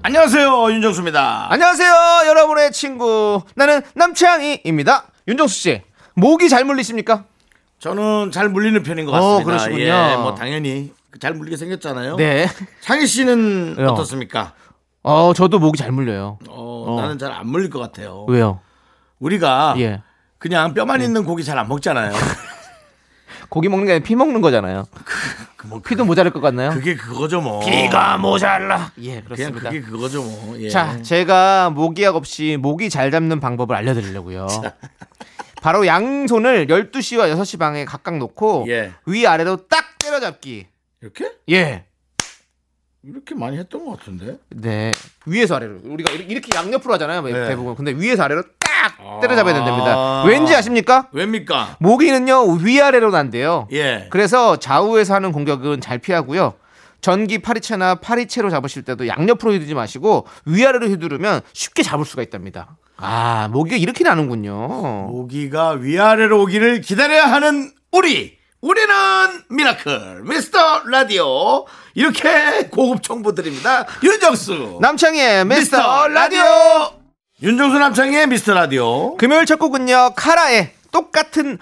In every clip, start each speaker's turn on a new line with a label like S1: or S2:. S1: 안녕하세요 윤정수입니다.
S2: 아, 안녕하세요, 여러분의 친구. 나는 남창희입니다. 윤정수 씨, 목이 잘 물리십니까?
S1: 저는 잘 물리는 편인 것
S2: 어,
S1: 같습니다.
S2: 그러시군요.
S1: 예, 뭐 당연히 잘 물리게 생겼잖아요.
S2: 네.
S1: 창희 씨는
S2: 왜요?
S1: 어떻습니까?
S2: 어, 저도 목이 잘 물려요.
S1: 어,
S2: 어.
S1: 나는 잘 안 물릴 것 같아요.
S2: 왜요?
S1: 우리가
S2: 예.
S1: 그냥 뼈만 있는 고기 잘 안 먹잖아요.
S2: 고기 먹는 게 아니라 피 먹는 거잖아요.
S1: 뭐
S2: 피도 모자랄 것 같나요?
S1: 그게 그거죠 뭐.
S2: 모자라. 예,
S1: 그냥
S2: 그렇습니다.
S1: 그게 그거죠 뭐. 예.
S2: 자, 제가 모기약 없이 모기 잘 잡는 방법을 알려드리려고요. 바로 양손을 12시와 6시 방에 각각 놓고
S1: 예.
S2: 위아래로 딱 때려잡기.
S1: 이렇게
S2: 예.
S1: 이렇게 많이 했던 것 같은데.
S2: 네. 위에서 아래로. 우리가 이렇게 이렇게 양옆으로 하잖아요. 뭐
S1: 네.
S2: 대부분. 근데 위에서 아래로 딱
S1: 아.
S2: 때려잡아야 된답니다. 왠지 아십니까?
S1: 왜입니까?
S2: 모기는요, 위아래로 난대요.
S1: 예.
S2: 그래서 좌우에서 하는 공격은 잘 피하고요. 전기 파리채나 파리채로 잡으실 때도 양옆으로 휘두지 마시고 위아래로 휘두르면 쉽게 잡을 수가 있답니다. 아, 모기가 이렇게 나는군요.
S1: 고기가 위아래로 오기를 기다려야 하는 우리 우리는 미라클 미스터 라디오 이렇게 고급 정보 드립니다 윤정수
S2: 남창희의 미스터 라디오.
S1: 윤정수 남창의 미스터 라디오
S2: 금요일 첫 곡은요, 카라의 똑같은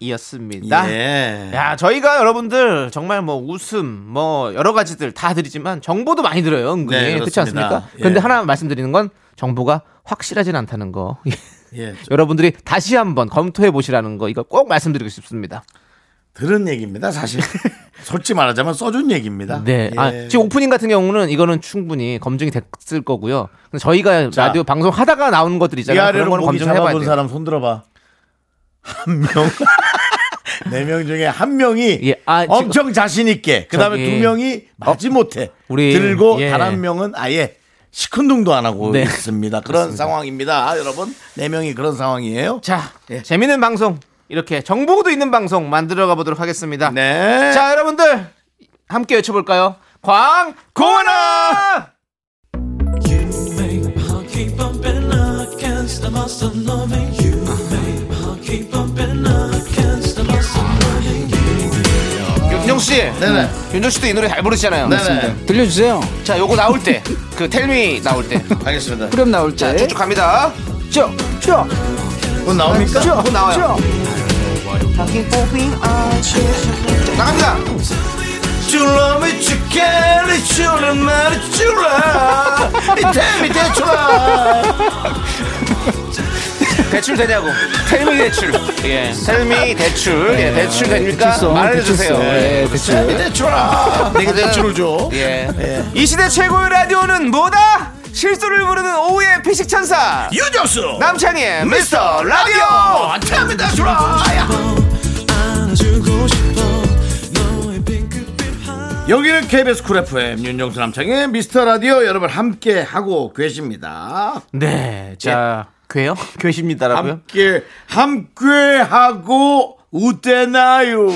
S2: 맘이었습니다.
S1: 예.
S2: 야, 저희가 여러분들 정말 뭐 웃음, 뭐 여러 가지들 다 드리지만 정보도 많이 들어요, 은근히.
S1: 네,
S2: 그렇지
S1: 그렇습니다.
S2: 않습니까?
S1: 예.
S2: 근데 하나 말씀드리는 건 정보가 확실하진 않다는 거.
S1: 예, 저-
S2: 여러분들이 다시 한번 검토해 보시라는 거 이걸 꼭 말씀드리고 싶습니다.
S1: 들은 얘기입니다 사실 솔직히 말하자면 써준 얘기입니다
S2: 네.
S1: 예.
S2: 아, 지금 오프닝 같은 경우는 이거는 충분히 검증이 됐을 거고요. 근데 저희가
S1: 자.
S2: 라디오 방송 하다가 나오는 것들 있잖아요.
S1: 위아래로
S2: 그런 거는
S1: 고기
S2: 검증해 봐야
S1: 잡아본
S2: 돼요.
S1: 사람 손 들어봐 한명네 명 중에 한 명이
S2: 예, 아, 지금-
S1: 엄청 자신 있게 그다음에
S2: 저기- 어,
S1: 두 명이 마지못해
S2: 우리-
S1: 들고
S2: 예.
S1: 단 한 명은 아예 시큰둥도 안 하고
S2: 네.
S1: 있습니다 그런 상황입니다 아, 여러분 네 명이 그런 상황이에요
S2: 자,
S1: 예.
S2: 재밌는 방송 이렇게 정보도 있는 방송 만들어 가보도록 하겠습니다.
S1: 네
S2: 자, 여러분들 함께 외쳐볼까요? 광고나 윤정 씨,
S1: 네네
S2: 윤정 씨도 이 노래 잘 부르시잖아요.
S1: 네네
S3: 들려주세요.
S2: 자, 요거 나올 때 그 텔미 나올 때
S1: 알겠습니다
S3: 그럼 나올
S2: 자,
S1: 네.
S3: 때.
S2: 쭉쭉 갑니다.
S3: 쭉, 쭉,
S1: 곧 나옵니까
S2: 쭉 그거 나와요.
S3: 쭉.
S2: 나갑니다.
S1: 줄라미 주캐리 줄라 마리 줄라 이태미 대출라
S2: 대출 되냐고. 텔미 대출. 예. 텔미 대출. 예. 대출 됩니까?
S3: 대출성,
S2: 말해주세요.
S3: 대출성.
S1: 네.
S2: 예. 네,
S3: 예, 대출.
S1: 이태미 대출라 내게 대출을 줘
S2: 예. 이 시대 최고의 라디오는 뭐다? 실수를 부르는 오후의 피식 천사
S1: 유정수
S2: 남창희의 미스터 라디오.
S1: 라디오 태미다 주라 여기는 KBS 쿨 FM 윤정수 남창의 미스터 라디오 여러분 함께 하고 계십니다
S2: 네. 자, 괴요? 괴십니다라고요?
S1: 함께 함께 하고 웃대나요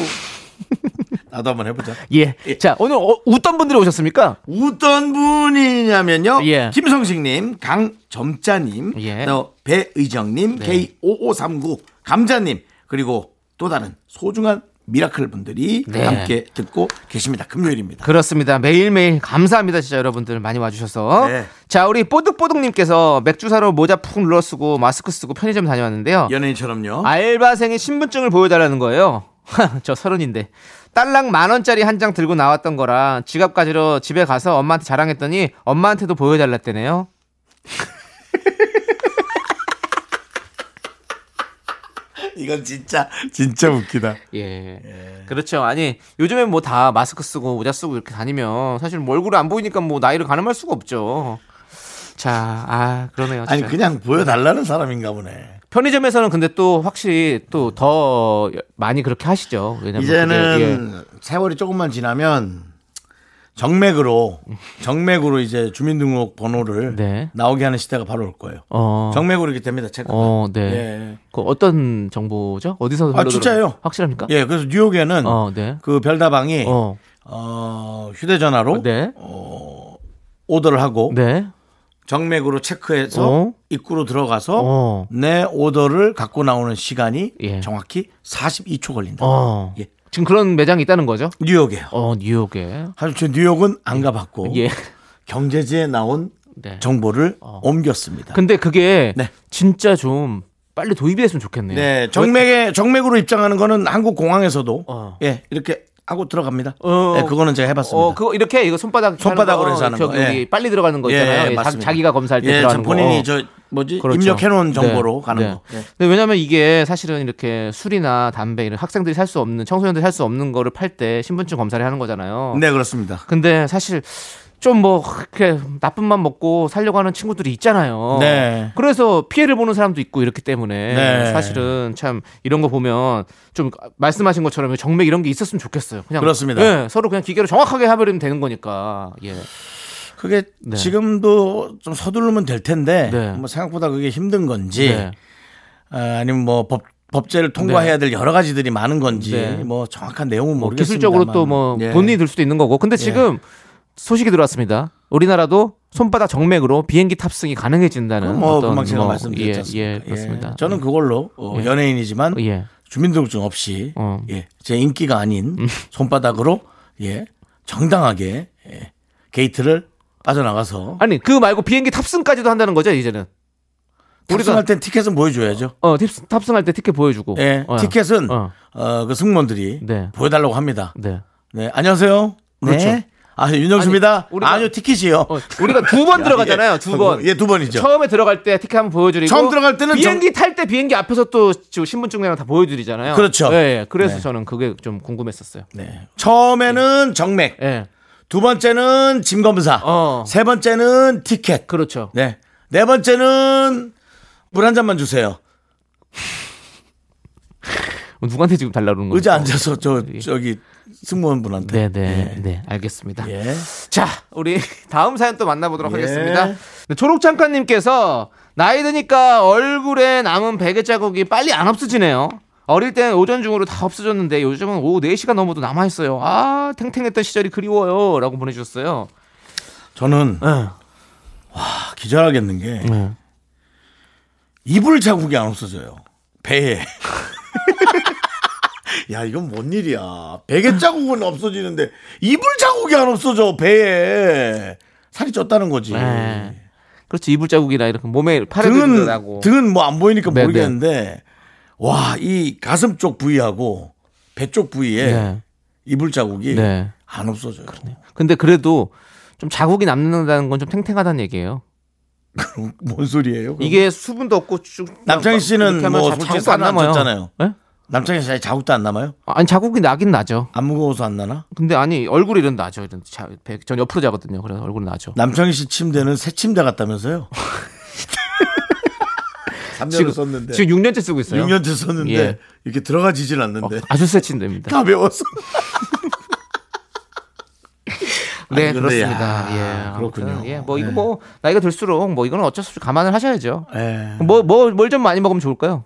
S1: 나도 한번 해보자
S2: 예. 자, 오늘 어, 웃던 분들이 오셨습니까?
S1: 웃던 분이냐면요.
S2: 예.
S1: 김성식님, 강점자님,
S2: 예. 네.
S1: 또 배의정님, K5539, 감자님, 그리고 또 다른 소중한 미라클 분들이
S2: 네.
S1: 함께 듣고 계십니다. 금요일입니다.
S2: 그렇습니다. 매일매일 감사합니다. 진짜 여러분들 많이 와주셔서.
S1: 네.
S2: 자, 우리 뽀득뽀득님께서 맥주 사러 모자 푹 눌러 쓰고 마스크 쓰고 편의점 다녀왔는데요.
S1: 연예인처럼요.
S2: 어? 알바생의 신분증을 보여달라는 거예요. 저 서른인데. 딸랑 만원짜리 한 장 들고 나왔던 거라 지갑 가지러 집에 가서 엄마한테 자랑했더니 엄마한테도 보여달랬대네요.
S1: 이건 진짜 진짜 웃기다.
S2: 예. 그렇죠. 아니, 요즘엔 뭐 다 마스크 쓰고 모자 쓰고 이렇게 다니면 사실 뭐 얼굴이 안 보이니까 뭐 나이를 가늠할 수가 없죠. 자, 아, 그러네요.
S1: 아니
S2: 진짜.
S1: 그냥 보여달라는 사람인가 보네.
S2: 편의점에서는 근데 또 확실히 또 더 많이 뭐 그렇게 예. 하시죠. 왜냐면 그게,
S1: 이제는 세월이 조금만 지나면 정맥으로 정맥으로 이제 주민등록 번호를
S2: 네.
S1: 나오게 하는 시대가 바로 올 거예요.
S2: 어.
S1: 정맥으로 이렇게 됩니다. 체크.
S2: 어, 네.
S1: 예.
S2: 그 어떤 정보죠? 어디서 흘러들어온-
S1: 아, 진짜예요.
S2: 확실합니까?
S1: 예, 그래서 뉴욕에는
S2: 어, 네.
S1: 그 별다방이 어.
S2: 어.
S1: 휴대전화로
S2: 네.
S1: 오더를 하고
S2: 네.
S1: 정맥으로 체크해서
S2: 어.
S1: 입구로 들어가서
S2: 어.
S1: 내 오더를 갖고 나오는 시간이
S2: 예.
S1: 정확히 42초 걸린다.
S2: 어.
S1: 예.
S2: 지금 그런 매장이 있다는 거죠?
S1: 뉴욕에요.
S2: 어, 뉴욕에.
S1: 사실 저 뉴욕은 안 가봤고
S2: 예.
S1: 경제지에 나온
S2: 네.
S1: 네. 정보를 옮겼습니다.
S2: 근데 그게
S1: 네.
S2: 진짜 좀 빨리 도입됐으면 좋겠네요.
S1: 네, 정맥에 정맥으로 입장하는 거는 한국 공항에서도
S2: 어.
S1: 예 이렇게 하고 들어갑니다.
S2: 어.
S1: 네, 그거는 제가 해봤습니다.
S2: 어, 그거 이렇게 이거 손바닥
S1: 손바닥으로
S2: 하는 거,
S1: 해서 하는
S2: 저기
S1: 거,
S2: 여기
S1: 예.
S2: 빨리 들어가는 거
S1: 예,
S2: 있잖아요.
S1: 예,
S2: 예, 자,
S1: 맞습니다.
S2: 자기가 검사할 때
S1: 예, 참
S2: 들어가는
S1: 본인이
S2: 거.
S1: 저 뭐지
S2: 그렇죠.
S1: 입력해놓은 정보로
S2: 네.
S1: 가는
S2: 네.
S1: 거. 예.
S2: 근데 왜냐면 이게 사실은 이렇게 술이나 담배 이런 학생들이 살 수 없는 청소년들이 살 수 없는 거를 팔 때 신분증 검사를 하는 거잖아요.
S1: 네, 그렇습니다.
S2: 근데 사실 좀 뭐 그렇게 나쁜 맘 먹고 살려고 하는 친구들이 있잖아요.
S1: 네.
S2: 그래서 피해를 보는 사람도 있고 이렇기 때문에
S1: 네.
S2: 사실은 참 이런 거 보면 좀 말씀하신 것처럼 정맥 이런 게 있었으면 좋겠어요. 그냥
S1: 그렇습니다.
S2: 예, 서로 그냥 기계로 정확하게 해버리면 되는 거니까. 예.
S1: 그게
S2: 네.
S1: 지금도 좀 서두르면 될 텐데
S2: 네.
S1: 뭐 생각보다 그게 힘든 건지
S2: 네.
S1: 아, 아니면 뭐 법, 법제를 통과해야 될 여러 가지들이 많은 건지
S2: 네.
S1: 뭐 정확한 내용은
S2: 뭐
S1: 모르겠습니다.
S2: 기술적으로 또 뭐
S1: 예.
S2: 돈이 들 수도 있는 거고. 근데 지금 소식이 들어왔습니다. 우리나라도 손바닥 정맥으로 비행기 탑승이 가능해진다는
S1: 뭐
S2: 어떤
S1: 금방 제가
S2: 뭐,
S1: 말씀드렸지
S2: 예,
S1: 않습니까?
S2: 예, 그렇습니다.
S1: 예, 저는 그걸로 어,
S2: 예.
S1: 연예인이지만
S2: 예.
S1: 주민등록증 없이
S2: 어. 음.
S1: 예, 제 인기가 아닌 손바닥으로 예, 정당하게 예, 게이트를 빠져나가서
S2: 아니 그 말고 비행기 탑승까지도 한다는 거죠 이제는
S1: 탑승할 땐 티켓은 보여줘야죠.
S2: 어 탑승, 탑승할 때 티켓 보여주고
S1: 예,
S2: 어,
S1: 티켓은
S2: 어.
S1: 어. 그 승무원들이
S2: 네.
S1: 보여달라고 합니다.
S2: 네.
S1: 네, 안녕하세요.
S2: 그렇죠.
S1: 네. 아, 윤정수입니다.
S2: 아니, 우리가-
S1: 아니요, 티켓이요.
S2: 어, 우리가 두번 들어가잖아요
S1: 예,
S2: 두번
S1: 예, 두 번이죠.
S2: 처음에 들어갈 때 티켓 한번 보여드리고
S1: 처음 들어갈 때는
S2: 비행기 탈 때 비행기 앞에서 또 지금 신분증이랑 다 보여드리잖아요
S1: 그렇죠.
S2: 예, 예. 그래서
S1: 네.
S2: 저는 그게 좀 궁금했었어요
S1: 네. 처음에는 정맥,
S2: 예
S1: 두 번째는 짐 검사,
S2: 어.
S1: 세 번째는 티켓,
S2: 그렇죠
S1: 네. 네 번째는 물 한 잔만 주세요.
S2: 누구한테 지금 달라 그러는 거죠
S1: 의자 앉아서 저 저기 승무원분한테.
S2: 예. 네네 네 알겠습니다
S1: 예.
S2: 자, 우리 다음 사연 또 만나보도록
S1: 예.
S2: 하겠습니다. 네, 초록창가님께서 나이 드니까 얼굴에 남은 베개 자국이 빨리 안 없어지네요. 어릴 땐 오전 중으로 다 없어졌는데 요즘은 오후 4시가 넘어도 남아있어요. 아, 탱탱했던 시절이 그리워요. 라고 보내주셨어요.
S1: 저는
S2: 응.
S1: 아, 기절하겠는 게
S2: 네.
S1: 이불 자국이 안 없어져요. 배에. 야 이건 뭔 일이야. 베개 자국은 없어지는데 이불 자국이 안 없어져 배에. 살이 쪘다는 거지.
S2: 네. 그렇지, 이불 자국이나 이렇게 몸에 팔에
S1: 등은
S2: 들어나고.
S1: 등은 뭐 안 보이니까
S2: 네,
S1: 모르겠는데 와 이 가슴 쪽 부위하고 배 쪽 부위에
S2: 네.
S1: 이불 자국이
S2: 네.
S1: 안 없어져요.
S2: 근데 그래도 좀 자국이 남는다는 건 좀 탱탱하다는 얘기예요.
S1: 그럼 뭔 소리예요? 그럼?
S2: 이게 수분도 없고 쭉
S1: 남창희 씨는
S2: 이렇게 하면
S1: 뭐
S2: 자-
S1: 솔직히
S2: 자국도 안
S1: 살은 안
S2: 남아요.
S1: 쪘잖아요.
S2: 네?
S1: 남창희 씨 자국도 안 남아요?
S2: 아니 자국이 나긴 나죠.
S1: 안 무거워서 안 나나?
S2: 근데 아니 얼굴이 이런 나죠. 이런 자, 배, 전 옆으로 자거든요. 그래서 얼굴은 나죠.
S1: 남창희 씨 침대는 새 침대 같다면서요? 3년을
S2: 지금
S1: 썼는데
S2: 지금 6년째 쓰고 있어요.
S1: 6년째 네. 썼는데
S2: 예. 네.
S1: 이렇게 들어가지질 않는데
S2: 아주 새 침대입니다.
S1: 가벼워서
S2: 네
S1: 아니, 근데
S2: 그렇습니다.
S1: 야,
S2: 예,
S1: 그렇군요.
S2: 아무튼, 예, 뭐 이거
S1: 네.
S2: 뭐 나이가 들수록 뭐 이거는 어쩔 수 없이 감안을 하셔야죠.
S1: 예.
S2: 뭐 뭐 뭘 좀 많이 먹으면 좋을까요?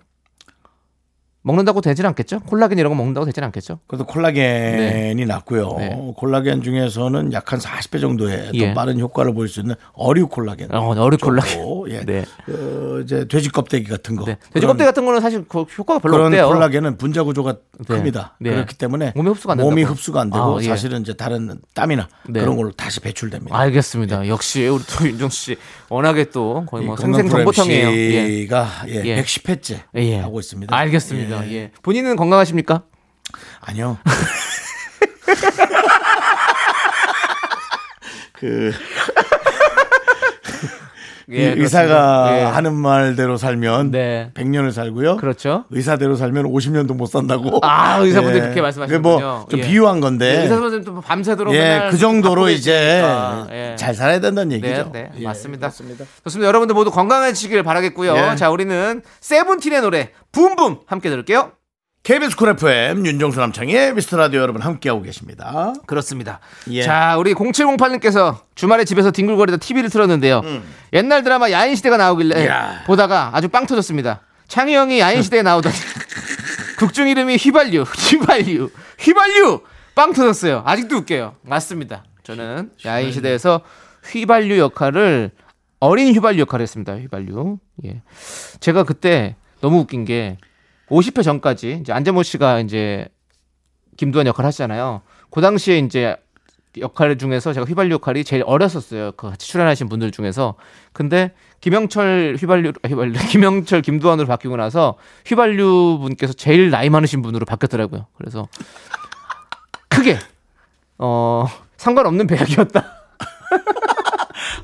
S2: 먹는다고 되진 않겠죠? 콜라겐 이런 거 먹는다고 되진 않겠죠?
S1: 그래도 콜라겐이 낫고요.
S2: 네.
S1: 콜라겐 중에서는 약 한 40배 정도의
S2: 예.
S1: 더 빠른 효과를 보일 수 있는 어류 콜라겐.
S2: 어, 어류 콜라겐.
S1: 어, 예.
S2: 네.
S1: 어, 이제 돼지 껍데기 같은 거.
S2: 네. 돼지 껍데기
S1: 그런-
S2: 같은 거는 사실 그 효과가 별로
S1: 그런
S2: 없대요.
S1: 콜라겐은 분자 구조가
S2: 네.
S1: 큽니다.
S2: 네.
S1: 그렇기 때문에
S2: 몸에 흡수가 안
S1: 몸이
S2: 된다고.
S1: 흡수가 안 되고
S2: 아, 예.
S1: 사실은 이제 다른 땀이나
S2: 네. 아,
S1: 그런 걸로 다시 배출됩니다.
S2: 알겠습니다. 역시 우리 또 윤정 씨 워낙에 또 거의
S1: 이
S2: 뭐
S1: 건강
S2: 생생 정보통이에요. 예.
S1: 프로그램 씨가 예,
S2: 예.
S1: 110회째
S2: 예.
S1: 하고 있습니다.
S2: 알겠습니다.
S1: 예.
S2: 예. 본인은 건강하십니까?
S1: 아니요. 그
S2: 예,
S1: 이 의사가
S2: 그렇습니다. 예.
S1: 하는 말대로 살면
S2: 네.
S1: 100년을 살고요.
S2: 그렇죠.
S1: 의사대로 살면 50년도 못 산다고.
S2: 아, 의사분들이 그렇게
S1: 그게
S2: 말씀하시는군요.
S1: 예. 뭐, 좀
S2: 예.
S1: 비유한
S2: 네,
S1: 건데.
S2: 의사 선생님 또 밤새도록
S1: 예,
S2: 맨날
S1: 그 정도로
S2: 바쁘게
S1: 이제
S2: 있으니까. 예.
S1: 잘 살아야 된다는
S2: 네,
S1: 얘기죠.
S2: 네,
S1: 예.
S2: 맞습니다. 좋습니다. 여러분들 모두 건강해지길 바라겠고요.
S1: 예.
S2: 자, 우리는 세븐틴의 노래 붐붐 함께 들을게요.
S1: KBS 쿨 FM 윤정수 남창의 미스터 라디오 여러분 함께하고 계십니다.
S2: 그렇습니다.
S1: 예.
S2: 자, 우리 0708님께서 주말에 집에서 뒹굴거리다 TV를 틀었는데요. 옛날 드라마 야인시대가 나오길래
S1: 음. 이야.
S2: 보다가 아주 빵 터졌습니다. 창희 형이 야인시대에 나오더니 극중 이름이 휘발유, 휘발유, 휘발유! 빵 터졌어요. 아직도 웃겨요. 맞습니다. 저는 야인시대에서 휘발유 역할을 어린 휘발유 역할을 했습니다. 휘발유. 예. 제가 그때 너무 웃긴 게 50회 전까지 이제 안재모 씨가 이제 김두한 역할을 하시잖아요. 그 당시에 이제 역할 중에서 제가 휘발유 역할이 제일 어렸었어요. 그 같이 출연하신 분들 중에서. 근데 김영철 휘발유 아, 휘발유 김영철 김두한으로 바뀌고 나서 휘발유 분께서 제일 나이 많으신 분으로 바뀌었더라고요. 그래서 크게 어 상관없는 배역이었다.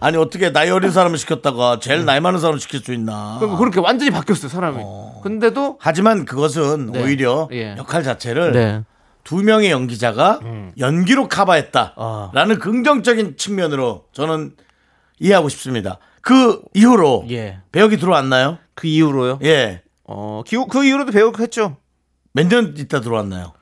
S1: 아니 어떻게 나이 어린 사람을 시켰다가 제일 나이 많은 사람을 시킬 수 있나?
S2: 그리고 그렇게 완전히 바뀌었어요, 사람이. 근데도
S1: 하지만 그것은
S2: 네.
S1: 오히려
S2: 예.
S1: 역할 자체를
S2: 네. 음.
S1: 두 명의 연기자가 연기로
S2: 아.
S1: 카바했다라는 긍정적인 측면으로 저는 이해하고 싶습니다. 그 이후로
S2: 예.
S1: 배역이 들어왔나요?
S2: 그 이후로요?
S1: 예.
S2: 어, 기- 그 이후로도 배역했죠.
S1: 몇 년 있다 들어왔나요?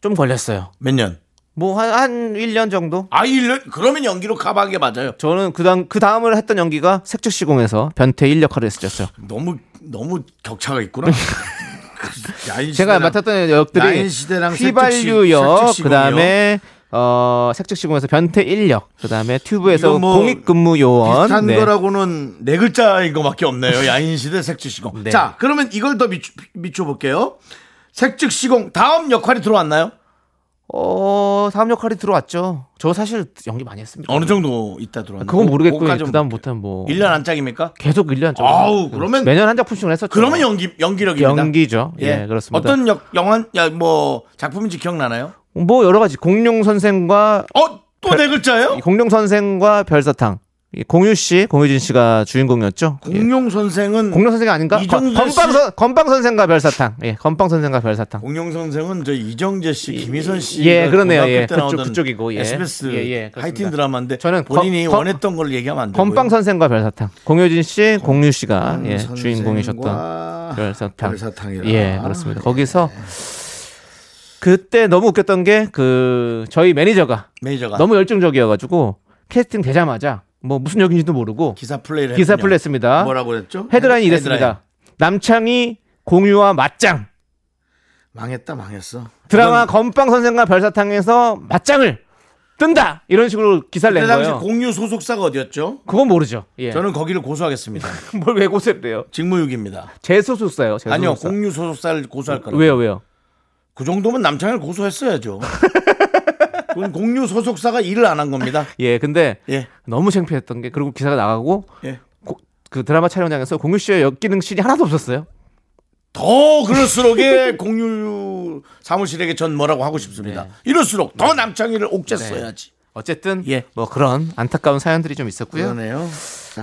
S2: 좀 걸렸어요.
S1: 몇 년?
S2: 뭐 한 한 1년 정도?
S1: 아, 1년? 그러면 연기로 카바한 게 맞아요.
S2: 저는 그다음 그 다음을 했던 연기가 색즉시공에서 변태 일 역할을 했었죠.
S1: 너무, 너무 격차가 있구나. 야인
S2: 제가
S1: 시대랑-
S2: 맡았던
S1: 야인
S2: 역들이
S1: 시대랑 색즉시-
S2: 휘발유 역,
S1: 색즉시공이요?
S2: 그다음에 어 색즉시공에서 변태 일 역, 그다음에 튜브에서
S1: 이건 뭐
S2: 공익근무 요원.
S1: 비슷한
S2: 네.
S1: 거라고는 네 글자인 것밖에 없네요. 야인시대 색즉시공.
S2: 네.
S1: 자, 그러면 이걸 더 미추, 미쳐볼게요. 색즉시공 다음 역할이 들어왔나요?
S2: 어 다음 역할이 들어왔죠. 저 사실 연기 많이 했습니다. 아,
S1: 어느 정도 있다 들어왔나요?
S2: 그건 모르겠고요.
S1: 그거까지는
S2: 그다음 못하면 뭐
S1: 1년 안 짝입니까?
S2: 계속 1년 정도.
S1: 아우, 그러면-
S2: 매년 한 작품씩은 했었죠.
S1: 그러면 연기 연기력입니다.
S2: 연기죠. 예, 그렇습니다.
S1: 어떤 역 영화 야뭐 작품인지 기억나나요?
S2: 뭐 여러 가지 공룡 선생과
S1: 어, 또 네 글자예요?
S2: 이 공룡 선생과 별사탕. 이 공유 씨, 공유진 씨가 주인공이었죠. 예.
S1: 공룡 선생은
S2: 공룡 선생 아닌가?
S1: 음. 이정재
S2: 거- 건빵
S1: 씨- 어,
S2: 선 건빵 선생과 별사탕. 예, 건빵 선생과 별사탕.
S1: 공룡 선생은 저 이정재 씨, 김희선 씨,
S2: 예, 그러네요.
S1: 고등학교
S2: 예,
S1: 때
S2: 그쪽-
S1: 나오던
S2: 그쪽이고, 예.
S1: SBS
S2: 예, 예, 그렇습니다.
S1: 하이틴 드라마인데
S2: 저는 건-
S1: 본인이
S2: 건-
S1: 원했던 걸 얘기하면 안 돼요.
S2: 건빵 선생과 별사탕. 공유진 씨, 공유 씨가 예, 주인공이셨던 별사탕.
S1: 별사탕이라.
S2: 예, 그렇습니다. 거기서 그때 너무 웃겼던 게 그 저희 매니저가
S1: 매니저가
S2: 너무 열정적이어가지고 캐스팅 되자마자 뭐 무슨 역인지도 모르고
S1: 기사 플레이를
S2: 기사
S1: 했군요.
S2: 플레이 했습니다.
S1: 뭐라고 그랬죠?
S2: 헤드라인이 이랬습니다. 남창이 공유와 맞짱.
S1: 망했다 망했어.
S2: 드라마 건빵 선생과 별사탕에서 맞짱을 뜬다 이런 식으로 기사를
S1: 그때
S2: 낸
S1: 당시
S2: 거예요.
S1: 공유 소속사가 어디였죠?
S2: 그건 모르죠. 예.
S1: 저는 거기를 고소하겠습니다.
S2: 뭘왜 고셉대요?
S1: 직무유기입니다.
S2: 제 소속사예요. 제
S1: 아니요,
S2: 소속사.
S1: 공유 소속사를 고소할 거라고.
S2: 왜요, 왜요?
S1: 그 정도면 남창을 고소했어야죠. 그건 공유 소속사가 일을 안 한 겁니다.
S2: 예, 근데
S1: 예,
S2: 너무 창피했던 게 그리고 기사가 나가고
S1: 예.
S2: 고- 그 드라마 촬영장에서 공유 씨의 역기능 씬이 하나도 없었어요.
S1: 더 그럴수록에 공유 사무실에게 전 뭐라고 하고 싶습니다.
S2: 네.
S1: 이럴수록 더 남창이를 옥죄어야지.
S2: 어쨌든
S1: 예.
S2: 뭐 그런 안타까운 사연들이 좀 있었고요.
S1: 그러네요.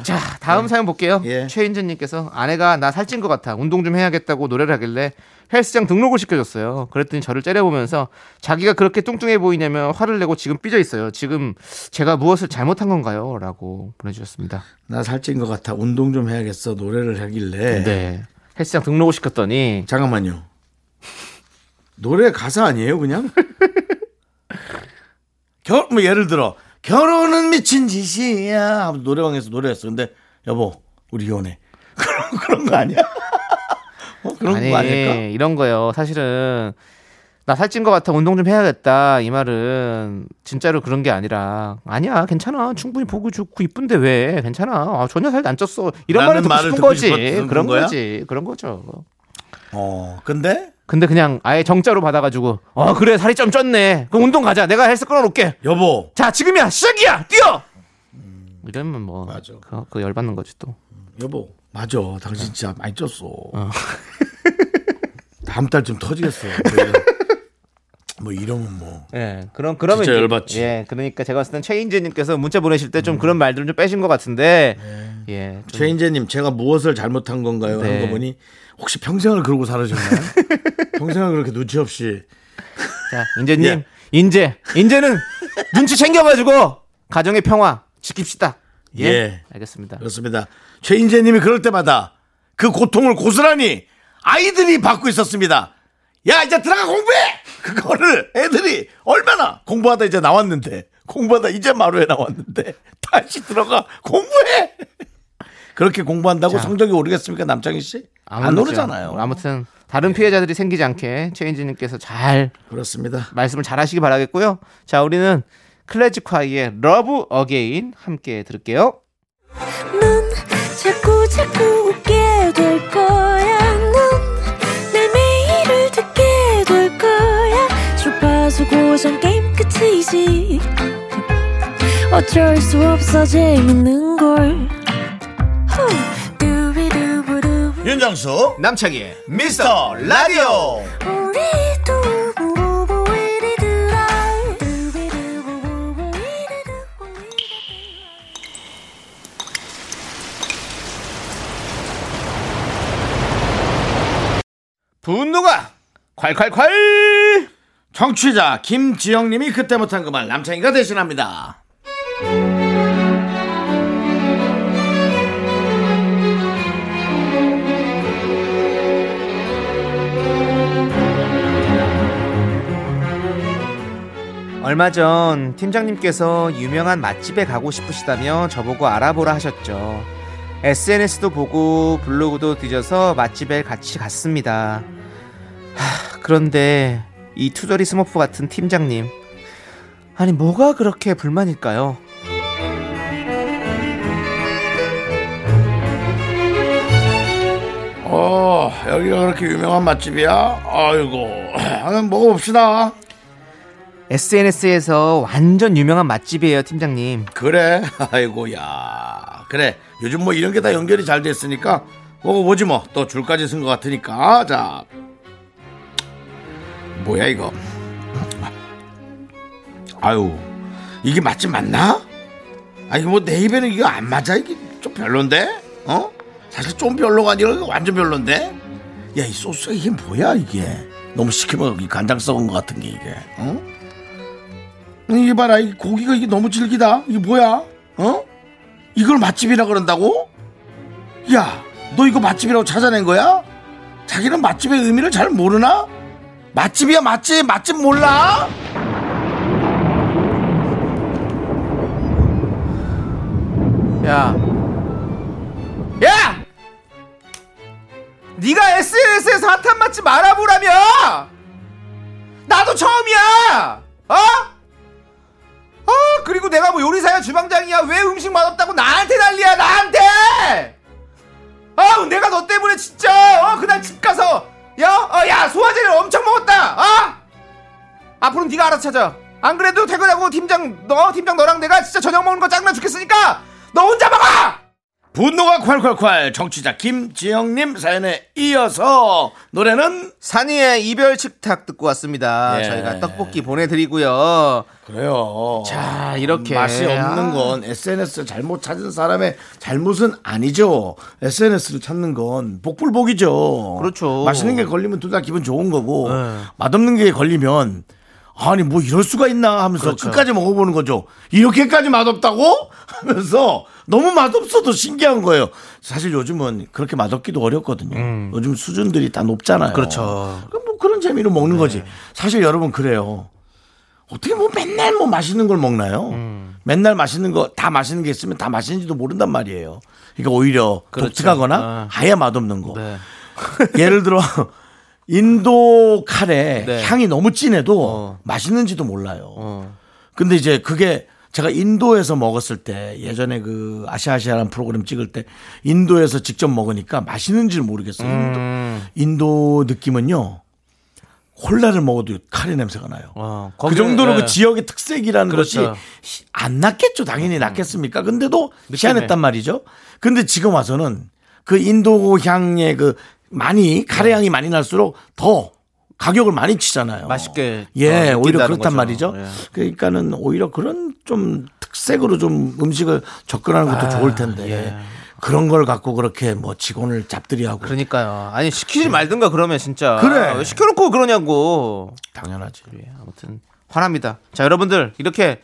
S2: 자, 다음 사연 볼게요.
S1: 예.
S2: 최인진님께서 아내가 나 살찐 것 같아. 운동 좀 해야겠다고 노래를 하길래 헬스장 등록을 시켜줬어요. 그랬더니 저를 째려보면서 자기가 그렇게 뚱뚱해 보이냐며 화를 내고 지금 삐져 있어요. 지금 제가 무엇을 잘못한 건가요? 라고 보내주셨습니다.
S1: 나 살찐 것 같아. 운동 좀 해야겠어. 노래를 하길래.
S2: 네. 헬스장 등록을 시켰더니
S1: 잠깐만요. 노래 가사 아니에요, 그냥? 결, 뭐 예를 들어 결혼은 미친 짓이야 하고 노래방에서 노래했어. 근데 여보, 우리 이혼해. 그런 그런 거 아니야? 어, 그런
S2: 아니
S1: 거 아닐까?
S2: 이런 거요. 사실은 나 살찐 것 같아. 운동 좀 해야겠다. 이 말은 진짜로 그런 게 아니라 아니야. 괜찮아. 충분히 보고 좋고 이쁜데 왜? 괜찮아. 아, 전혀 살도 안 쪘어. 이런 말을
S1: 라는
S2: 듣고
S1: 말을
S2: 싶은
S1: 듣고
S2: 거지.
S1: 싶었던
S2: 그런
S1: 거야?
S2: 거지. 그런 거죠.
S1: 어, 근데
S2: 근데 그냥 아예 정자로 받아가지고 어 그래 살이 좀 쪘네. 그럼 운동 가자. 내가 헬스 끊어놓게.
S1: 여보,
S2: 자 지금이야 시작이야. 뛰어. 이러면 뭐
S1: 음. 맞아.
S2: 그, 그 열받는 거지 또.
S1: 여보, 맞아. 당신 진짜 많이 쪘어. 다음 달 좀 터지겠어. 뭐 이러면 뭐
S2: 예, 그럼 그러면
S1: 진짜
S2: 이제-
S1: 열받지.
S2: 예, 그러니까 제가 봤을 땐 최인재님께서 문자 보내실 때 좀 그런 말들은 좀 빼신 것 같은데,
S1: 네.
S2: 예, 좀
S1: 최인재님 제가 무엇을 잘못한 건가요?
S2: 네.
S1: 하는 거 보니 혹시 평생을 그러고 살으셨나요? 평생을 그렇게 눈치 없이
S2: 자, 인재님,
S1: 예.
S2: 인재, 인재는 눈치 챙겨가지고 가정의 평화 지킵시다. 예,
S1: 예.
S2: 알겠습니다.
S1: 그렇습니다. 최인재님이 그럴 때마다 그 고통을 고스란히 아이들이 받고 있었습니다. 야 이제 들어가 공부해 그거를 애들이 얼마나 공부하다 이제 나왔는데 공부하다 이제 마루에 나왔는데 다시 들어가 공부해 그렇게 공부한다고
S2: 자.
S1: 성적이 오르겠습니까 남창희 씨안
S2: 오르죠.
S1: 오르잖아요
S2: 아무튼 다른 피해자들이 생기지 않게 최인지님께서 잘
S1: 그렇습니다
S2: 말씀을 잘하시기 바라겠고요. 자, 우리는 클래식콰이의 러브 어게인 함께 들을게요.
S3: 넌 자꾸 자꾸 웃게 될 거야. 넌내 매일을 듣게 될 거야. 주파수 고정 게임 끝이지. 어쩔 수 없어 재밌는 걸. 후. 두비두부두.
S1: 윤정수 남창희 미스터 라디오
S3: 우리 두부부부 우리 두라. 두비두부부부 우리 두부 우리 두라.
S2: 분노가 콸콸콸!
S1: 청취자 김지영님이 그때 못한 그 말 남창희가 대신합니다
S2: 얼마 전 팀장님께서 유명한 맛집에 가고 싶으시다며 저보고 알아보라 하셨죠. SNS도 보고 블로그도 뒤져서 맛집에 같이 갔습니다. 하, 그런데 이 투덜이 스머프 같은 팀장님. 아니, 뭐가 그렇게 불만일까요?
S1: 어 여기가 그렇게 유명한 맛집이야 아이고 한번 먹어봅시다
S2: SNS에서 완전 유명한 맛집이에요, 팀장님.
S1: 그래 아이고야 그래 요즘 뭐 이런 게 다 연결이 잘 됐으니까 먹어보지 뭐 또 줄까지 쓴 것 같으니까 자 뭐야 이거 아유 이게 맛집 맞나 아니 뭐 내 입에는 이거 안 맞아 이게 좀 별론데 어 사실 좀 별로가 아니라 이거 완전 별론데 야 이 소스가 이게 뭐야 이게 너무 시키면 이 간장 썩은 것 같은 게 이게 응? 이게 봐라 이 고기가 이게 너무 질기다 이게 뭐야 어 이걸 맛집이라 그런다고 야 너 이거 맛집이라고 찾아낸 거야 자기는 맛집의 의미를 잘 모르나 맛집이야 맛집 맛집 몰라
S2: 야. 야! 네가 SNS에서 핫한 맛집 알아보라며! 나도 처음이야! 어? 어, 그리고 내가 뭐 요리사야 주방장이야 왜 음식 맛없다고 나한테 난리야 나한테! 아, 내가 너 때문에 진짜 어 그날 집 가서 야, 어, 야 소화제를 엄청 먹었다. 아, 앞으로는 네가 알아서 찾아. 안 그래도 퇴근하고 팀장 너 팀장 너랑 내가 진짜 저녁 먹는 거 짜증나 죽겠으니까 너 혼자 먹어.
S1: 분노가 콸콸콸 정치자 김지영님 사연에 이어서 노래는
S2: 산이의 이별 식탁 듣고 왔습니다.
S1: 예.
S2: 저희가 떡볶이 보내드리고요.
S1: 그래요
S2: 자, 이렇게
S1: 어, 맛이 없는
S2: 아.
S1: 건 SNS 잘못 찾은 사람의 잘못은 아니죠. SNS를 찾는 건 복불복이죠.
S2: 그렇죠.
S1: 맛있는 게 걸리면 둘 다 기분 좋은 거고
S2: 네.
S1: 맛없는 게 걸리면 아니 뭐 이럴 수가 있나 하면서
S2: 그렇죠.
S1: 끝까지 먹어보는 거죠. 이렇게까지 맛없다고 하면서 너무 맛없어도 신기한 거예요. 사실 요즘은 그렇게 맛없기도 어렵거든요. 요즘 수준들이 다 높잖아요.
S2: 음. 그렇죠. 네.
S1: 그럼 뭐 그런 재미로 먹는 거지. 사실 여러분 그래요. 어떻게 뭐 맨날 뭐 맛있는 걸 먹나요?
S2: 음.
S1: 맨날 맛있는 거 다 맛있는 게 있으면 다 맛있는지도 모른단 말이에요. 그러니까 오히려
S2: 그렇죠. 네.
S1: 독특하거나
S2: 어.
S1: 아예 맛없는 거. 예를 들어 인도 카레
S2: 네.
S1: 향이 너무 진해도
S2: 어.
S1: 맛있는지도 몰라요.
S2: 어.
S1: 근데 이제 그게 제가 인도에서 먹었을 때 예전에 그 아시아시아라는 프로그램 찍을 때 인도에서 직접 먹으니까 맛있는지를 모르겠어요.
S2: 음.
S1: 인도, 인도 느낌은요. 콜라를 먹어도 카레 냄새가 나요.
S2: 어,
S1: 그
S2: 거기는,
S1: 정도로
S2: 예.
S1: 그 지역의 특색이라는
S2: 그렇죠. 음.
S1: 것이 안 났겠죠. 당연히 났겠습니까? 근데도 희한했단 말이죠. 근데 지금 와서는 그 인도 향의 그 많이 카레
S2: 네.
S1: 향이 많이 날수록 더 가격을 많이 치잖아요.
S2: 맛있게
S1: 예,
S2: 어,
S1: 오히려
S2: 느낀다는
S1: 그렇단
S2: 거죠.
S1: 말이죠.
S2: 예.
S1: 그러니까는 오히려 그런 좀 특색으로 좀 음식을 접근하는
S2: 아,
S1: 것도 좋을 텐데 그런 걸 갖고 그렇게 뭐 직원을 잡들이하고
S2: 예. 그러니까요. 아니 시키지 말든가 그러면 진짜.
S1: 네. 그래.
S2: 왜 시켜놓고 그러냐고.
S1: 당연하지.
S2: 예, 아무튼 화납니다. 자 여러분들 이렇게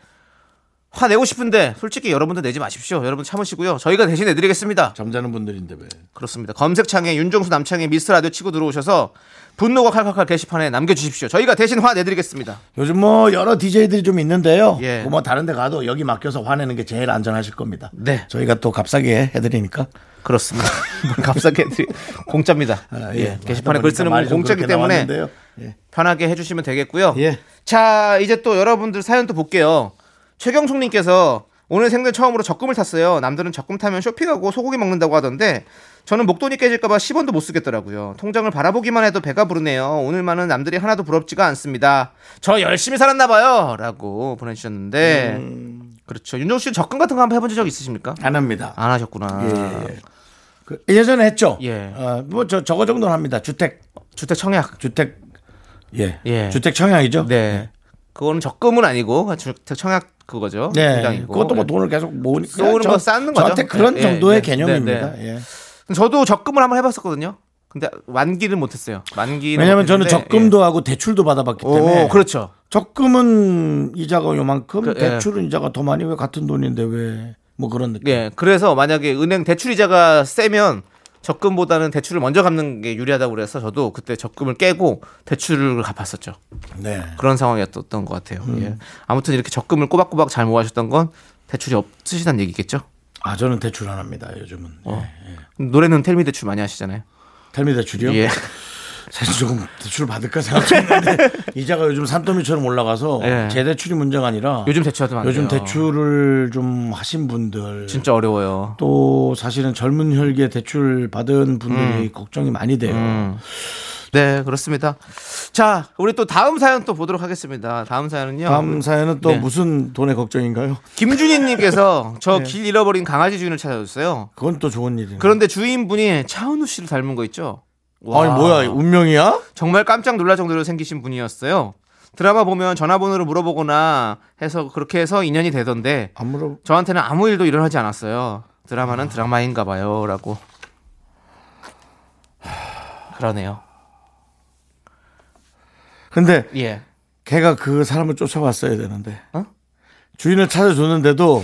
S2: 화내고 싶은데 솔직히 여러분들 내지 마십시오. 여러분 참으시고요. 저희가 대신 내드리겠습니다.
S1: 잠자는 분들인데 왜?
S2: 그렇습니다. 검색창에 윤정수 남창의 미스터 라디오 치고 들어오셔서 분노가 칼칼칼 게시판에 남겨주십시오. 저희가 대신 화내드리겠습니다.
S1: 요즘 뭐 여러 DJ들이 좀 있는데요.
S2: 예.
S1: 뭐 다른 데 가도 여기 맡겨서 화내는 게 제일 안전하실 겁니다.
S2: 네.
S1: 저희가 또 값싸게 해드리니까.
S2: 그렇습니다. 값싸게 해드리 공짜입니다.
S1: 아,
S2: 예,
S1: 하다
S2: 게시판에
S1: 보니까
S2: 글 쓰는
S1: 말이
S2: 건
S1: 좀
S2: 공짜기
S1: 그렇게
S2: 때문에
S1: 나왔는데요. 예.
S2: 편하게 해주시면 되겠고요.
S1: 예.
S2: 자, 이제 또 여러분들 사연 또 볼게요. 최경숙님께서 오늘 생전 처음으로 적금을 탔어요. 남들은 적금 타면 쇼핑하고 소고기 먹는다고 하던데 저는 목돈이 깨질까봐 10원도 못 쓰겠더라고요. 통장을 바라보기만 해도 배가 부르네요. 오늘만은 남들이 하나도 부럽지가 않습니다. 저 열심히 살았나봐요. 라고 보내주셨는데 그렇죠. 윤정수 씨 적금 같은 거 한번 해본 적 있으십니까?
S1: 안 합니다.
S2: 안 하셨구나.
S1: 예. 아. 그 예전에 했죠.
S2: 예.
S1: 어, 뭐저 저거 정도는 합니다. 주택,
S2: 주택 청약.
S1: 주택, 예,
S2: 예.
S1: 주택 청약이죠.
S2: 네. 그거는 적금은 아니고 주택 청약 그거죠.
S1: 네.
S2: 통장이고.
S1: 그것도 뭐
S2: 네.
S1: 돈을 계속 모으니까
S2: 쏘는
S1: 저-
S2: 거 쌓는
S1: 저한테
S2: 거죠.
S1: 그런
S2: 예,
S1: 정도의
S2: 예, 네.
S1: 개념입니다.
S2: 네,
S1: 예.
S2: 저도 적금을 한번 해봤었거든요. 근데 만기는 못했어요. 만기는
S1: 왜냐면 저는
S2: 못했는데,
S1: 적금도 하고 대출도 받아봤기
S2: 예. 네, 오,
S1: 때문에
S2: 그렇죠.
S1: 적금은 이자가 요만큼
S2: 그, 예.
S1: 대출은 이자가 더 많이 왜 같은 돈인데 왜 뭐 그런 느낌.
S2: 예. 그래서 만약에 은행 대출 이자가 세면 적금보다는 대출을 먼저 갚는 게 유리하다고 그래서 저도 그때 적금을 깨고 대출을 갚았었죠.
S1: 네.
S2: 그런 상황이었던 것 같아요.
S1: 음.
S2: 예. 아무튼 이렇게 적금을 꼬박꼬박 잘 모아셨던 건 대출이 없으시다는 얘기겠죠.
S1: 아 저는 대출 안 합니다. 요즘은.
S2: 어.
S1: 예.
S2: 노래는 텔미 대출 많이 하시잖아요.
S1: 텔미 대출이요?
S2: 예.
S1: 사실 조금 대출 받을까 생각했는데 이자가 요즘 산더미처럼 올라가서
S2: 예.
S1: 제 대출이 문제가 아니라
S2: 요즘 대출하면 안
S1: 요즘
S2: 돼요.
S1: 대출을 좀 하신 분들
S2: 진짜 어려워요.
S1: 또 사실은 젊은 혈기에 대출 받은 분들이
S2: 음.
S1: 걱정이 많이 돼요.
S2: 네, 그렇습니다. 자, 우리 또 다음 사연 또 보도록 하겠습니다. 다음 사연은요.
S1: 다음 사연은 또
S2: 네.
S1: 무슨 돈의 걱정인가요?
S2: 김준희님께서
S1: 네.
S2: 저 길 잃어버린 강아지 주인을 찾아줬어요.
S1: 그건 또 좋은 일이네.
S2: 그런데 주인분이 차은우 씨를 닮은 거 있죠? 와,
S1: 아니 뭐야 운명이야?
S2: 정말 깜짝 놀랄 정도로 생기신 분이었어요. 드라마 보면 전화번호를 물어보거나 해서 그렇게 해서 인연이 되던데
S1: 안 물어.
S2: 저한테는 아무 일도 일어나지 않았어요. 드라마는 드라마인가 봐요라고. 그러네요.
S1: 근데
S2: 예.
S1: 걔가 그 사람을 쫓아왔어야 되는데.
S2: 어?
S1: 주인을 찾아줬는데도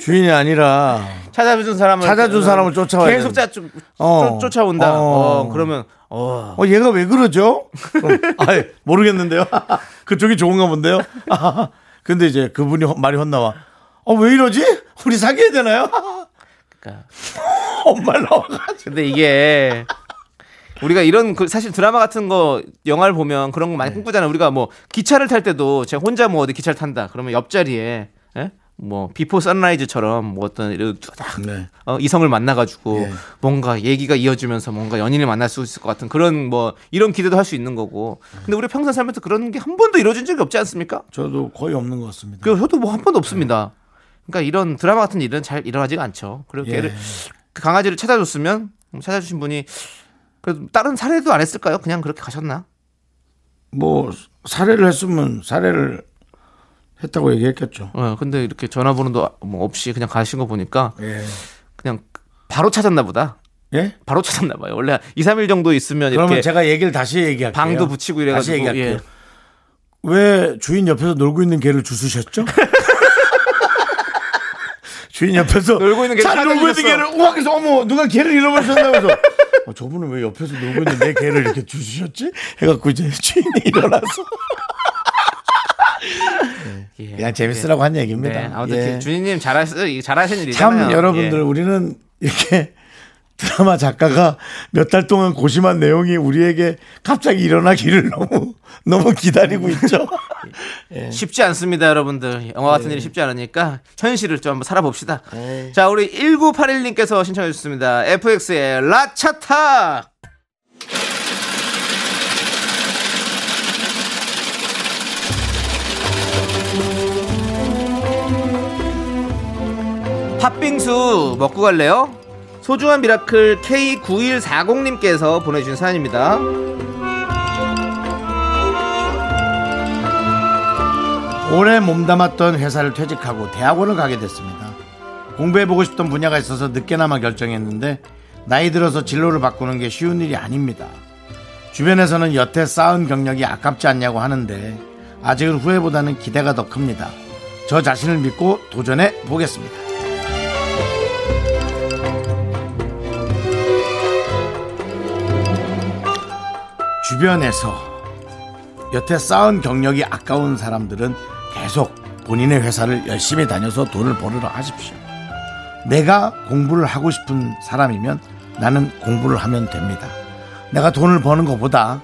S1: 주인이 아니라
S2: 찾아준 사람을
S1: 찾아준 사람을 쫓아와야
S2: 계속
S1: 되는데.
S2: 쫓- 쫓-
S1: 어.
S2: 쫓아온다.
S1: 어.
S2: 어. 그러면 어.
S1: 어 얘가 왜 그러죠? 그럼, 아이, 모르겠는데요. 그쪽이 좋은가 본데요. 아, 근데 이제 그분이 허- 말이 혼나와. 어 왜 이러지? 우리 사귀어야 되나요?
S2: 그러니까.
S1: 엄마 나와가지고.
S2: 근데 이게 우리가 이런 그 사실 드라마 같은 거 영화를 보면 그런 거 많이
S1: 네.
S2: 꿈꾸잖아요. 우리가 뭐 기차를 탈 때도 제가 혼자 뭐 어디 기차를 탄다. 그러면 옆자리에 예? 뭐 비포 선라이즈처럼 뭐 어떤 이런 뚜닥
S1: 네.
S2: 어, 이성을 만나가지고
S1: 예.
S2: 뭔가 얘기가 이어지면서 뭔가 연인을 만날 수 있을 것 같은 그런 뭐 이런 기대도 할 수 있는 거고
S1: 음.
S2: 근데 우리 평생 살면서 그런 게 한 번도 이루어진 적이 없지 않습니까?
S1: 저도 거의 없는 것 같습니다.
S2: 그 저도 뭐 한 번도 없습니다. 그러니까 이런 드라마 같은 일은 잘 일어나지가 않죠. 그리고
S1: 예.
S2: 걔를 그 강아지를 찾아줬으면 음, 찾아주신 분이 그래도 다른 사례도 안 했을까요? 그냥 그렇게 가셨나?
S1: 뭐 사례를 했으면 사례를 했다고 얘기했겠죠.
S2: 어, 근데 이렇게 전화번호도 뭐 없이 그냥 가신 거 보니까
S1: 예.
S2: 그냥 바로 찾았나 보다.
S1: 예?
S2: 바로 찾았나 봐요. 원래 2, 3일 정도 있으면
S1: 그러면
S2: 이렇게
S1: 제가 얘기를 다시 얘기할게요.
S2: 방도 붙이고 예.
S1: 다시
S2: 이래가지고
S1: 얘기할게요. 왜 주인 옆에서 놀고 있는 개를 주수셨죠? 주인 옆에서
S2: 놀고 있는 개를
S1: 잘 놀고 있는 개를
S2: 찾아주셨어.
S1: 우와 그래서 어머 누가 개를 잃어버리셨나면서 어, 저분은 왜 옆에서 놀고 있는 내 개를 이렇게 주수셨지? 해갖고 이제 주인이 일어나서
S2: 예. 예.
S1: 그냥 재밌으라고 한 얘기입니다.
S2: 네, 아무튼
S1: 예.
S2: 그 주인님 잘하시 잘하신 일이잖아요.
S1: 참 여러분들
S2: 예.
S1: 우리는 이렇게 드라마 작가가 몇 달 동안 고심한 내용이 우리에게 갑자기 일어나기를 너무 너무 기다리고 있죠.
S2: 예. 쉽지 않습니다, 여러분들. 영화 같은 일이 쉽지 않으니까 현실을 좀 한번 살아봅시다. 자, 우리 1981님께서 신청해 주셨습니다. FX의 라차타. 팥빙수 먹고 갈래요? 소중한 미라클 K9140님께서 보내주신 사연입니다.
S1: 오래 몸담았던 회사를 퇴직하고 대학원을 가게 됐습니다. 공부해보고 싶던 분야가 있어서 늦게나마 결정했는데 나이 들어서 진로를 바꾸는 게 쉬운 일이 아닙니다. 주변에서는 여태 쌓은 경력이 아깝지 않냐고 하는데 아직은 후회보다는 기대가 더 큽니다. 저 자신을 믿고 도전해 보겠습니다. 주변에서 여태 쌓은 경력이 아까운 사람들은 계속 본인의 회사를 열심히 다녀서 돈을 벌으러 하십시오. 내가 공부를 하고 싶은 사람이면 나는 공부를 하면 됩니다. 내가 돈을 버는 것보다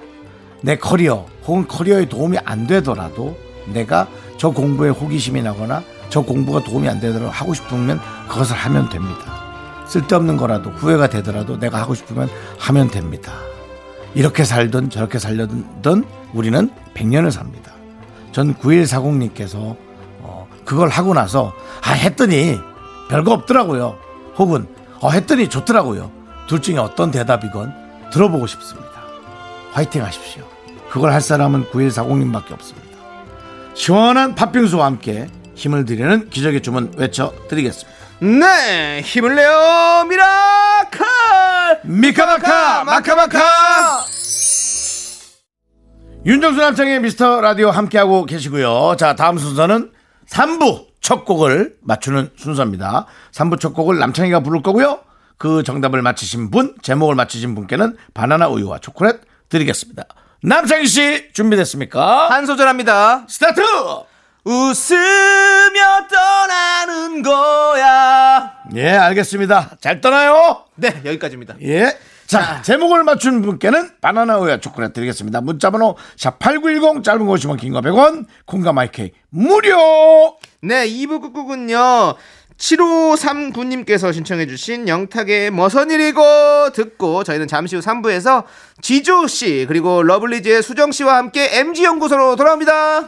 S1: 내 커리어 혹은 커리어에 도움이 안 되더라도 내가 저 공부에 호기심이 나거나 저 공부가 도움이 안 되더라도 하고 싶으면 그것을 하면 됩니다. 쓸데없는 거라도 후회가 되더라도 내가 하고 싶으면 하면 됩니다. 이렇게 살든 저렇게 살든 우리는 100년을 삽니다. 전 9140님께서 어, 그걸 하고 나서 아 했더니 별거 없더라고요. 혹은 어 했더니 좋더라고요. 둘 중에 어떤 대답이건 들어보고 싶습니다. 화이팅 하십시오. 그걸 할 사람은 9140님밖에 없습니다. 시원한 팥빙수와 함께 힘을 드리는 기적의 주문 외쳐드리겠습니다.
S2: 네 힘을 내요 미라클
S1: 미카마카 마카마카 윤정수 남창의 미스터 라디오 함께하고 계시고요. 자 다음 순서는 3부 첫 곡을 맞추는 순서입니다. 3부 첫 곡을 남창이가 부를 거고요. 그 정답을 맞히신 분 제목을 맞히신 분께는 바나나 우유와 초콜릿 드리겠습니다. 남창희 씨 준비됐습니까?
S2: 한 소절합니다
S1: 스타트!
S2: 웃으며 떠나는 거야
S1: 예 알겠습니다. 잘 떠나요.
S2: 네 여기까지입니다
S1: 예. 자, 제목을 맞춘 분께는 바나나 우유와 초콜릿 드리겠습니다. 문자번호 샵8910 짧은 거 50원 긴거 100원 콩과 마이케이 무료
S2: 네, 2부 끝곡은요. 7539님께서 신청해주신 영탁의 머선일이고 듣고 저희는 잠시 후 3부에서 지조씨 그리고 러블리즈의 수정씨와 함께 MG연구소로 돌아옵니다.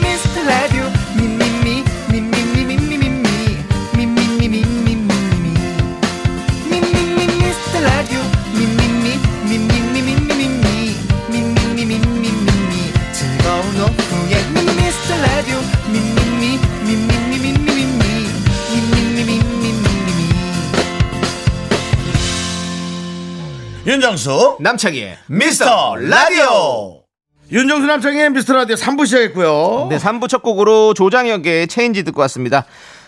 S4: 미스터 라디오 미미미 미미미 미미미 미미미 미미미
S1: 윤정수
S2: 남창희의
S1: 미스터 라디오 윤정수 남창의 미스터 라디오 3부 시작했고요.
S2: 네, 3부 첫 곡으로 조장혁의 체인지 듣고 왔습니다.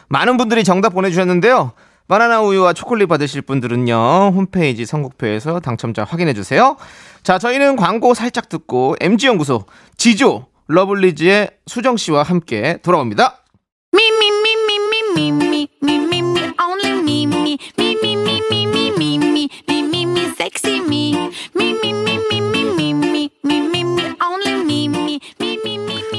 S2: 많은 분들이 정답 보내주셨는데요. 바나나 우유와 초콜릿 받으실 분들은요. 홈페이지 선곡표에서 당첨자 확인해주세요. 자, 저희는 광고 살짝 듣고 MG연구소 지조 러블리즈의 수정씨와 함께 돌아옵니다.
S3: Me, me, me, me, me, me, me, me, me, me, only me, me, me, me, me, me, me, me, me, me, me, me, sexy me. Me, me, me, me, me, me, me, me, me, me, only me, me, me, me, me, me.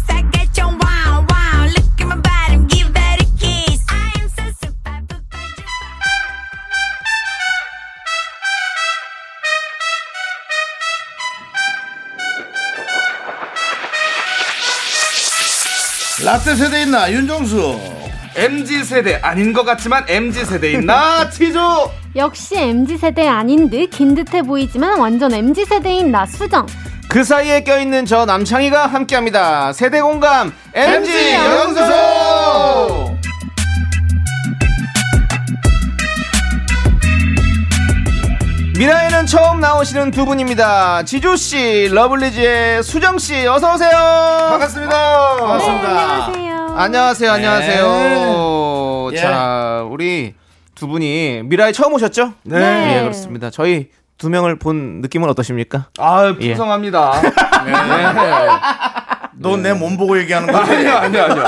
S3: psycho, wow, wow. Look at my body, give that a kiss. I am so super, but I just-
S1: 라떼 세대 있나 윤정수
S2: MZ세대 아닌 것 같지만 MZ세대 있나 치조
S5: 역시 MZ세대 아닌 듯 긴 듯해 보이지만 완전 MZ세대인 나 수정
S2: 그 사이에 껴있는 저 남창희가 함께합니다 세대 공감 MZ 연구소 미라에는 처음 나오시는 두 분입니다 지조씨 러블리즈의 수정씨 어서오세요
S1: 반갑습니다
S5: 네, 안녕하세요
S2: 안녕하세요, 안녕하세요.
S1: 네. 예.
S2: 자, 우리 두 분이 미라에 처음 오셨죠? 네.
S5: 네.
S2: 예, 그렇습니다. 저희 두 명을 본 느낌은 어떠십니까?
S6: 아,
S2: 예. 네.
S6: 풍성합니다.
S1: 네. 넌 내 몸 보고 얘기하는 거야?
S6: 아니요, 아니요, 아니요.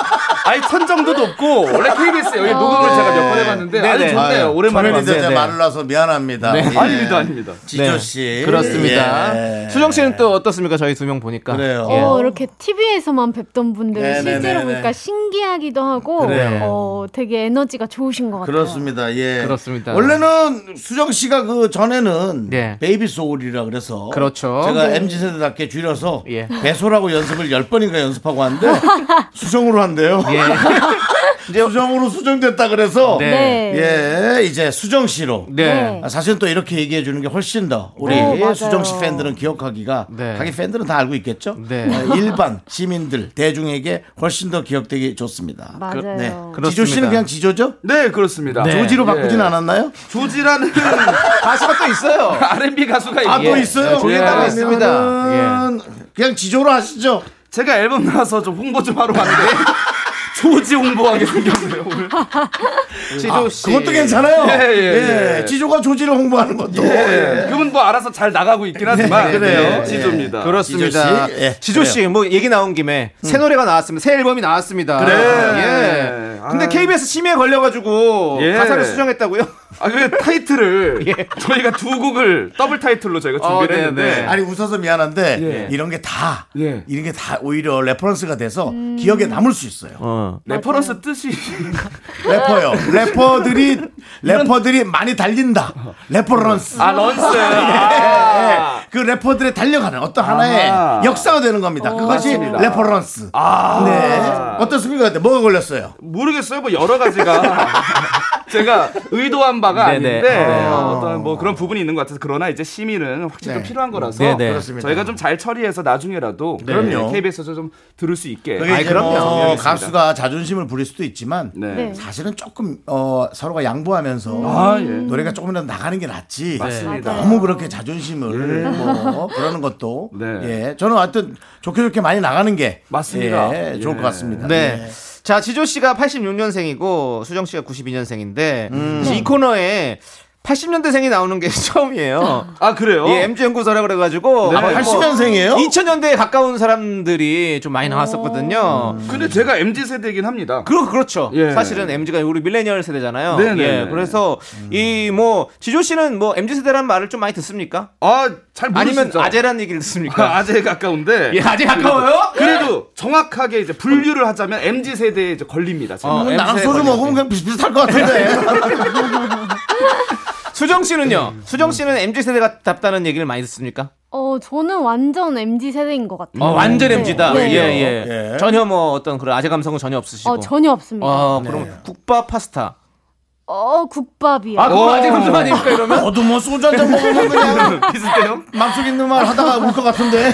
S6: 아예 천정도 높고, 원래 KBS 여기 녹음을 제가 몇 번 한번 해봤는데
S2: 네,
S6: 아주
S2: 네.
S6: 좋네요.
S1: 아유,
S6: 오랜만에
S1: 저는 이제
S6: 봤는데.
S1: 제가 말을 놔서 미안합니다.
S2: 네.
S1: 예.
S6: 아닙니다, 아닙니다.
S1: 지조 씨.
S2: 그렇습니다.
S1: 예.
S2: 수정 씨는 또 어떻습니까? 저희 두 명 보니까.
S1: 그래요.
S2: 예.
S5: 어, 이렇게 TV에서만 뵙던 분들을
S1: 네, 네,
S5: 실제로
S1: 네, 네.
S5: 보니까 신기하기도 하고
S1: 그래요.
S5: 어, 되게 에너지가 좋으신 것 같아요.
S1: 그렇습니다. 예.
S2: 그렇습니다.
S1: 원래는 수정 씨가 그 전에는
S2: 네.
S1: 베이비 소울이라 그래서
S2: 그렇죠.
S1: 제가
S2: 네.
S1: MZ 세대답게 줄여서
S2: 예.
S1: 배소라고 연습을 열 번인가 연습하고 왔는데 수정으로 한대요. 수정으로 수정됐다 그래서
S2: 예. 네.
S5: 네.
S1: 예 이제 수정 씨로.
S2: 네.
S1: 아, 사실은 또 이렇게 얘기해 주는 게 훨씬 더 우리
S5: 어, 맞아요.
S1: 수정 씨 팬들은 기억하기가
S2: 네.
S1: 자기 팬들은 다 알고 있겠죠.
S2: 네.
S1: 아, 일반 시민들 대중에게 훨씬 더 기억되기 좋습니다.
S5: 맞아요.
S1: 네.
S2: 그렇습니다.
S1: 지조 씨는 그냥 지조죠?
S6: 네, 그렇습니다.
S1: 조지로
S6: 예.
S1: 바꾸진 않았나요?
S6: 조지라는
S2: 가수가 또 있어요. 네,
S6: R&B 가수가
S1: 아, 또
S6: 예.
S1: 있어요?
S2: 조지에 따로
S1: 그러면은
S2: 있습니다.
S1: 그냥 지조로 하시죠.
S6: 제가 앨범 나와서 좀 홍보 좀 하러 왔는데 조지 홍보하게 생겼어요 오늘.
S2: 지조 씨.
S1: 아, 그것도 괜찮아요.
S6: 예, 예,
S1: 예,
S6: 예.
S1: 지조가 조지를 홍보하는 것도.
S6: 예. 그분 뭐 알아서 잘 나가고 있긴 하지만
S1: 네, 그래요.
S6: 예, 지조입니다.
S2: 그렇습니다.
S1: 지조 씨? 예,
S2: 지조 씨, 뭐 얘기 나온 김에 새 노래가 나왔습니다. 새 앨범이 나왔습니다. 그래. 예. 근데
S6: 아이.
S2: KBS 심의에 걸려가지고
S6: 예.
S2: 가사를 수정했다고요?
S6: 아, 그 타이틀을 저희가 두 곡을 더블 타이틀로 저희가
S2: 어,
S6: 준비를
S2: 네,
S6: 했는데
S2: 네.
S1: 아니 웃어서 미안한데
S6: 예.
S1: 이런 게 다
S6: 예. 음.
S1: 이런 게 다 오히려 레퍼런스가 돼서 기억에 남을 수 있어요.
S6: 레퍼런스 뜻이
S1: 래퍼요. 래퍼들이 래퍼들이 많이 달린다. 레퍼런스.
S6: 아 런스.
S1: 예,
S6: 아.
S1: 예. 그 래퍼들의 달려가는 어떤 하나의
S6: 아하. 어,
S1: 역사가 되는 겁니다. 그것이
S6: 맞습니다.
S1: 레퍼런스.
S6: 아.
S1: 네. 어떻습니까? 근데 뭐가 걸렸어요?
S6: 모르겠어요. 뭐 여러 가지가 제가 의도한 바가
S2: 네네.
S6: 아닌데 어, 어떤 뭐 그런 부분이 있는 것 같아서 그러나 이제 심의는 확실히
S1: 네.
S6: 좀 필요한 거라서
S2: 네네.
S1: 그렇습니다.
S6: 저희가 좀 잘 처리해서 나중에라도
S1: 그럼요.
S6: KBS에서 좀 들을 수 있게
S1: 네. 그게
S6: 네, 아이,
S1: 이제 뭐
S6: 그럼요. 알겠습니다.
S1: 가수가 자존심을 부릴 수도 있지만
S6: 네.
S5: 네.
S1: 사실은 조금 어, 서로가 양보하면서
S6: 아, 예.
S5: 음,
S1: 노래가 조금이라도 나가는 게 낫지.
S6: 맞습니다.
S1: 너무 그렇게 자존심을 뭐 그러는 것도
S6: 네.
S1: 예 저는 하여튼 좋게 좋게 많이 나가는 게
S6: 맞습니다.
S1: 예,
S6: 예.
S1: 좋을 것 같습니다.
S2: 네.
S1: 예.
S2: 자, 지조 씨가 86년생이고 수정 씨가 92년생인데 이 코너에 80년대생이 나오는 게 처음이에요.
S6: 아 그래요?
S2: 예, MG 연구소라 그래가지고 뭐
S1: 아, 80년생이에요?
S2: 2000년대에 가까운 사람들이 좀 많이 나왔었거든요.
S6: 근데 제가 MZ 세대이긴 합니다.
S2: 그리고 그렇죠.
S6: 예.
S2: 사실은 MZ가 우리 밀레니얼 세대잖아요.
S6: 네네.
S2: 예. 그래서 이 뭐 지조 씨는 뭐 MZ 세대라는 말을 좀 많이 듣습니까?
S6: 아잘 모르시죠?
S2: 아니면 아재라는 얘기를 듣습니까?
S6: 아, 아재에 가까운데.
S2: 예, 아재 가까워요?
S6: 그래도 정확하게 이제 분류를 하자면 MZ 세대에 이제 걸립니다. 제가.
S2: 어,
S1: 나랑
S2: MZ
S1: 소주
S2: 걸리는
S1: 먹으면 그냥 비슷비슷할 것 같은데.
S2: 수정 씨는요? 수정 씨는 MZ 세대가 답다는 얘기를 많이 듣습니까?
S5: 어, 저는 완전 MZ 세대인 것 같아요.
S2: 어, 완전 MZ다.
S5: 음. 네.
S2: 예, 예.
S1: 예.
S2: 전혀 뭐 어떤 그런 아재 감성은 전혀 없으시고.
S5: 어, 전혀 없습니다.
S2: 아, 그럼 국밥 파스타.
S5: 어, 국밥이요.
S2: 아, 그거 아재 감성 아닙니까 이러면?
S1: 너도 뭐 소주 한 잔 먹으면 그냥
S6: 비슷해요?
S1: 맘속 있는 말 하다가 울 것 같은데.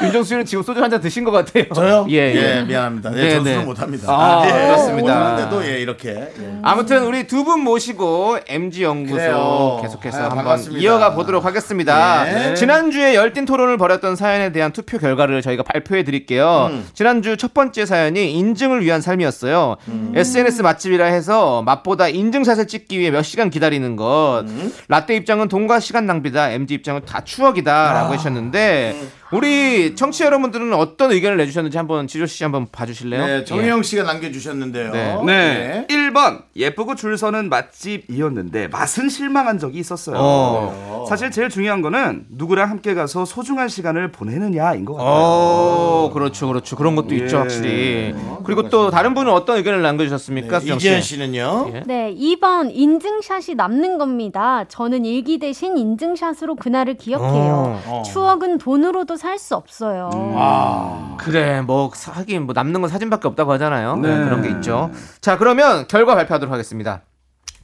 S2: 윤정수 씨는 지금 소주 한 잔 드신 것 같아요.
S1: 저요?
S2: 예, 예.
S1: 미안합니다. 예,
S2: 네,
S1: 전수는
S2: 네.
S1: 못합니다.
S2: 아,
S1: 예,
S2: 그렇습니다.
S1: 못하는데도 예, 이렇게. 예.
S2: 아무튼 우리 두 분 모시고 MG 연구소
S1: 그래요.
S2: 계속해서
S1: 아유,
S2: 한번
S1: 반갑습니다.
S2: 이어가 보도록 하겠습니다.
S1: 네.
S2: 지난주에 열띤 토론을 벌였던 사연에 대한 투표 결과를 저희가 발표해 드릴게요.
S1: 음.
S2: 지난주 첫 번째 사연이 인증을 위한 삶이었어요.
S1: 음.
S2: SNS 맛집이라 해서 맛보다 인증샷을 찍기 위해 몇 시간 기다리는 것.
S1: 음.
S2: 라떼 입장은 돈과 시간 낭비다. MG 입장은 다
S1: 아.
S2: 추억이다라고 하셨는데
S1: 음.
S2: 우리 청취자 여러분들은 어떤 의견을 내주셨는지 한번 지조 씨 한번 봐주실래요?
S1: 네,
S2: 예.
S1: 정혜영 씨가 남겨주셨는데요.
S2: 네.
S6: 네.
S1: 예.
S6: 1번 예쁘고 줄 서는 맛집이었는데 맛은 실망한 적이 있었어요.
S2: 어.
S6: 사실 제일 중요한 거는 누구랑 함께 가서 소중한 시간을 보내느냐인 것 같아요.
S2: 어, 그렇죠, 그렇죠. 그런 것도 있죠,
S6: 예.
S2: 확실히. 그리고 또 다른 분은 어떤 의견을
S6: 네,
S2: 남겨주셨습니까, 수정
S1: 이지현
S2: 씨?
S1: 씨는요.
S2: 예?
S5: 네, 2번 인증샷이 남는 겁니다. 저는 일기 대신 인증샷으로 그날을
S2: 어.
S5: 기억해요.
S6: 어.
S5: 추억은 돈으로도 살 수 없어요.
S2: 음.
S6: 아,
S2: 그래, 뭐 하긴 뭐 남는 건 사진밖에 없다고 하잖아요.
S6: 네.
S2: 그런 게 있죠. 자, 그러면 결과 발표하도록 하겠습니다.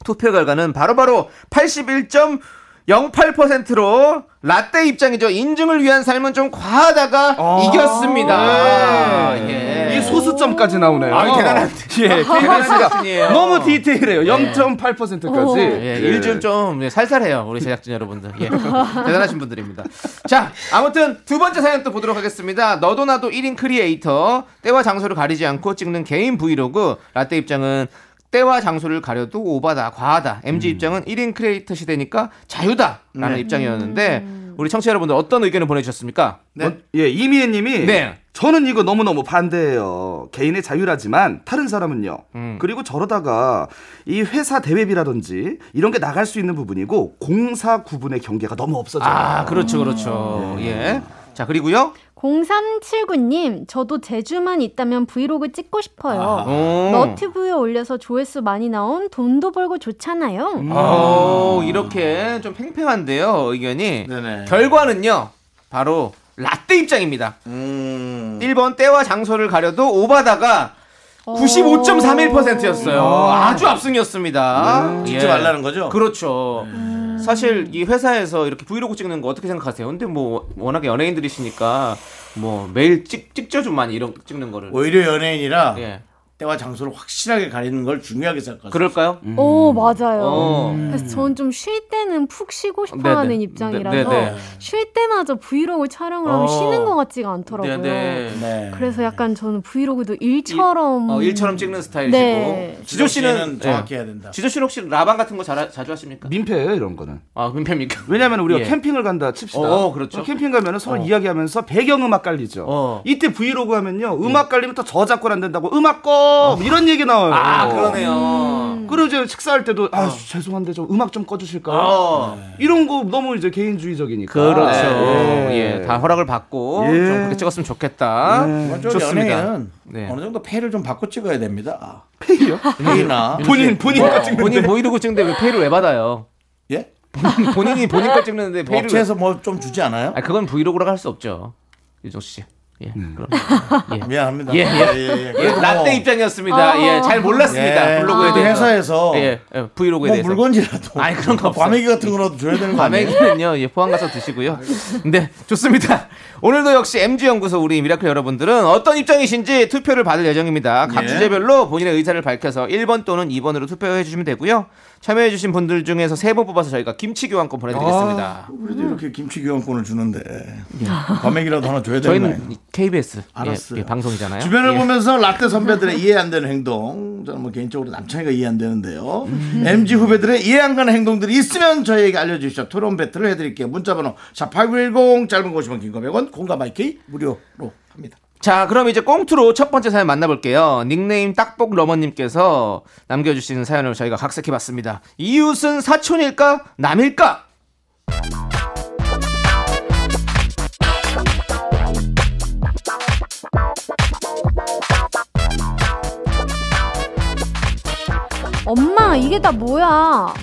S2: 투표 결과는 바로바로 81.08%로 라떼 입장이죠. 인증을 위한 삶은 좀 과하다가 이겼습니다. 예.
S6: 아. 네. 이 소수점까지 나오네요.
S2: 아, 대단한-
S6: 예, KBS가
S2: 수준이에요.
S6: 너무 디테일해요.
S5: 어.
S6: 0.8%까지.
S2: 예, 일좀 좀 예, 살살해요 우리 제작진 여러분들 예. 대단하신 분들입니다 자 아무튼 두 번째 사연 또 보도록 하겠습니다 너도 나도 1인 크리에이터 때와 장소를 가리지 않고 찍는 개인 브이로그 라떼 입장은 때와 장소를 가려도 오바다, 과하다. MG 입장은 1인 크리에이터 시대니까 자유다라는
S6: 네.
S2: 입장이었는데 우리 청취자 여러분들 어떤 의견을 보내주셨습니까?
S6: 어, 예, 이미애 님이
S2: 네.
S6: 저는 이거 너무너무 반대예요. 개인의 자유라지만 다른 사람은요. 그리고 저러다가 이 회사 대회비라든지 이런 게 나갈 수 있는 부분이고 공사 구분의 경계가 너무 없어져요.
S2: 아, 그렇죠, 그렇죠. 예. 자, 그리고요.
S5: 0379님, 저도 제주만 있다면 브이로그 찍고
S6: 아.
S5: 싶어요.
S2: 오.
S5: 너튜브에 올려서 조회수 많이 나온 돈도 벌고 좋잖아요.
S2: 오, 이렇게 좀 팽팽한데요, 의견이.
S1: 아. 네네.
S2: 결과는요, 바로 라떼 입장입니다.
S1: 음.
S2: 1번 때와 장소를 가려도 오바다가 95.31%였어요. 아주 압승이었습니다.
S1: 음.
S2: 예.
S1: 찍지 말라는 거죠? 음.
S2: 그렇죠. 사실 이 회사에서 이렇게 브이로그 찍는 거 어떻게 생각하세요? 근데 뭐 워낙에 연예인들이시니까 뭐 매일 찍 찍죠 좀 많이 이런 찍는 거를.
S1: 오히려 연예인이라
S2: 예.
S1: 때와 장소를 확실하게 가리는 걸 중요하게 생각하세요.
S2: 그럴까요?
S6: 음.
S5: 오 맞아요.
S2: 어.
S5: 그래서 저는 좀 쉴 때는 푹 쉬고
S2: 네네.
S5: 싶어하는 입장이라서
S2: 네네.
S5: 쉴 때마다 브이로그 촬영을 하면
S2: 어.
S5: 쉬는 것 같지가 않더라고요.
S1: 네.
S5: 그래서 약간 저는 브이로그도 일처럼
S2: 어, 일처럼 찍는 스타일이시고
S5: 네.
S2: 지조
S1: 지조 씨는
S2: 씨는
S1: 정확히
S2: 예.
S1: 해야 된다.
S2: 지조 씨는 혹시 라방 같은 거 잘, 자주 하십니까?
S6: 민폐예요, 이런 거는.
S2: 아 민폐입니까?
S6: 왜냐면 우리가
S2: 예.
S6: 캠핑을 간다 칩시다.
S2: 어, 그렇죠.
S6: 캠핑 가면은 서로 이야기하면서 배경 음악 깔리죠.
S2: 어.
S6: 이때 브이로그 하면요. 음악 깔리면 또 저작권 안 된다고 음악 꺼 이런 얘기 나와요.
S2: 아 그러네요.
S1: 음.
S6: 그리고 이제 식사할 때도 아 죄송한데 좀 음악 좀 꺼주실까요?
S2: 어.
S6: 이런 거 너무 이제 개인주의적이니까.
S2: 그렇죠.
S6: 예.
S2: 예, 다 허락을 받고
S6: 예.
S2: 좀 그렇게 찍었으면 좋겠다.
S1: 먼저
S2: 네, 좋습니다.
S1: 연예인은
S2: 네.
S1: 어느 정도 패를 좀 받고 찍어야 됩니다. 아.
S6: 페이요?
S1: 페이나
S6: 본인 본인 거 찍는.
S2: 본인 보이르고 찍는데 왜 페이를 왜 받아요?
S1: 예?
S2: 본인이 본인 걸 찍는데
S1: 뭐
S2: 페이를
S1: 업체에서 뭐 좀 주지 않아요?
S2: 아 그건 브이로그라고 할 수 없죠. 유정 씨. 예. 그럼. 예.
S1: 미안합니다.
S2: 예, 예.
S1: 예, 예.
S2: 예,
S1: 그래도 뭐,
S2: 라떼 입장이었습니다. 예, 잘 몰랐습니다.
S1: 예,
S2: 블로그에
S1: 그래도
S2: 대해서.
S1: 회사에서
S2: 예, 예, 브이로그에
S1: 뭐
S2: 대해서.
S1: 물건이라도 뭐
S2: 아니, 그런 거 없어요.
S1: 과메기 같은 거라도 줘야 되는 거 아니에요?
S2: 과메기는요, 예, 포항 가서 드시고요. 네, 좋습니다. 오늘도 역시 MG연구소 우리 미라클 여러분들은 어떤 입장이신지 투표를 받을 예정입니다. 각
S1: 예.
S2: 주제별로 본인의 의사를 밝혀서 1번 또는 2번으로 투표해 주시면 되고요. 참여해 주신 분들 중에서 세 분 뽑아서 저희가 김치 교환권 보내드리겠습니다.
S1: 그래도 이렇게 김치 교환권을 주는데 과메기라도 하나 줘야 되는 거 아니에요?
S2: 저희는 이 KBS
S1: 알았어요.
S2: 예, 예, 방송이잖아요.
S1: 주변을
S2: 예.
S1: 보면서 라떼 선배들의 이해 안 되는 행동, 저는 뭐 개인적으로 남창이가 이해 안 되는데요. MG 후배들의 이해 안 가는 행동들이 있으면 저희에게 알려주십시오. 토론 배틀을 해드릴게요. 문자번호 샵8910 짧은 거 50원 긴거 100원 공감 IK 무료로 합니다.
S2: 자, 그럼 이제 꽁트로 첫 번째 사연 만나볼게요. 닉네임 딱복 러머님께서 남겨주신 사연을 저희가 각색해봤습니다. 이웃은 사촌일까? 남일까?
S5: 엄마 이게 다 뭐야?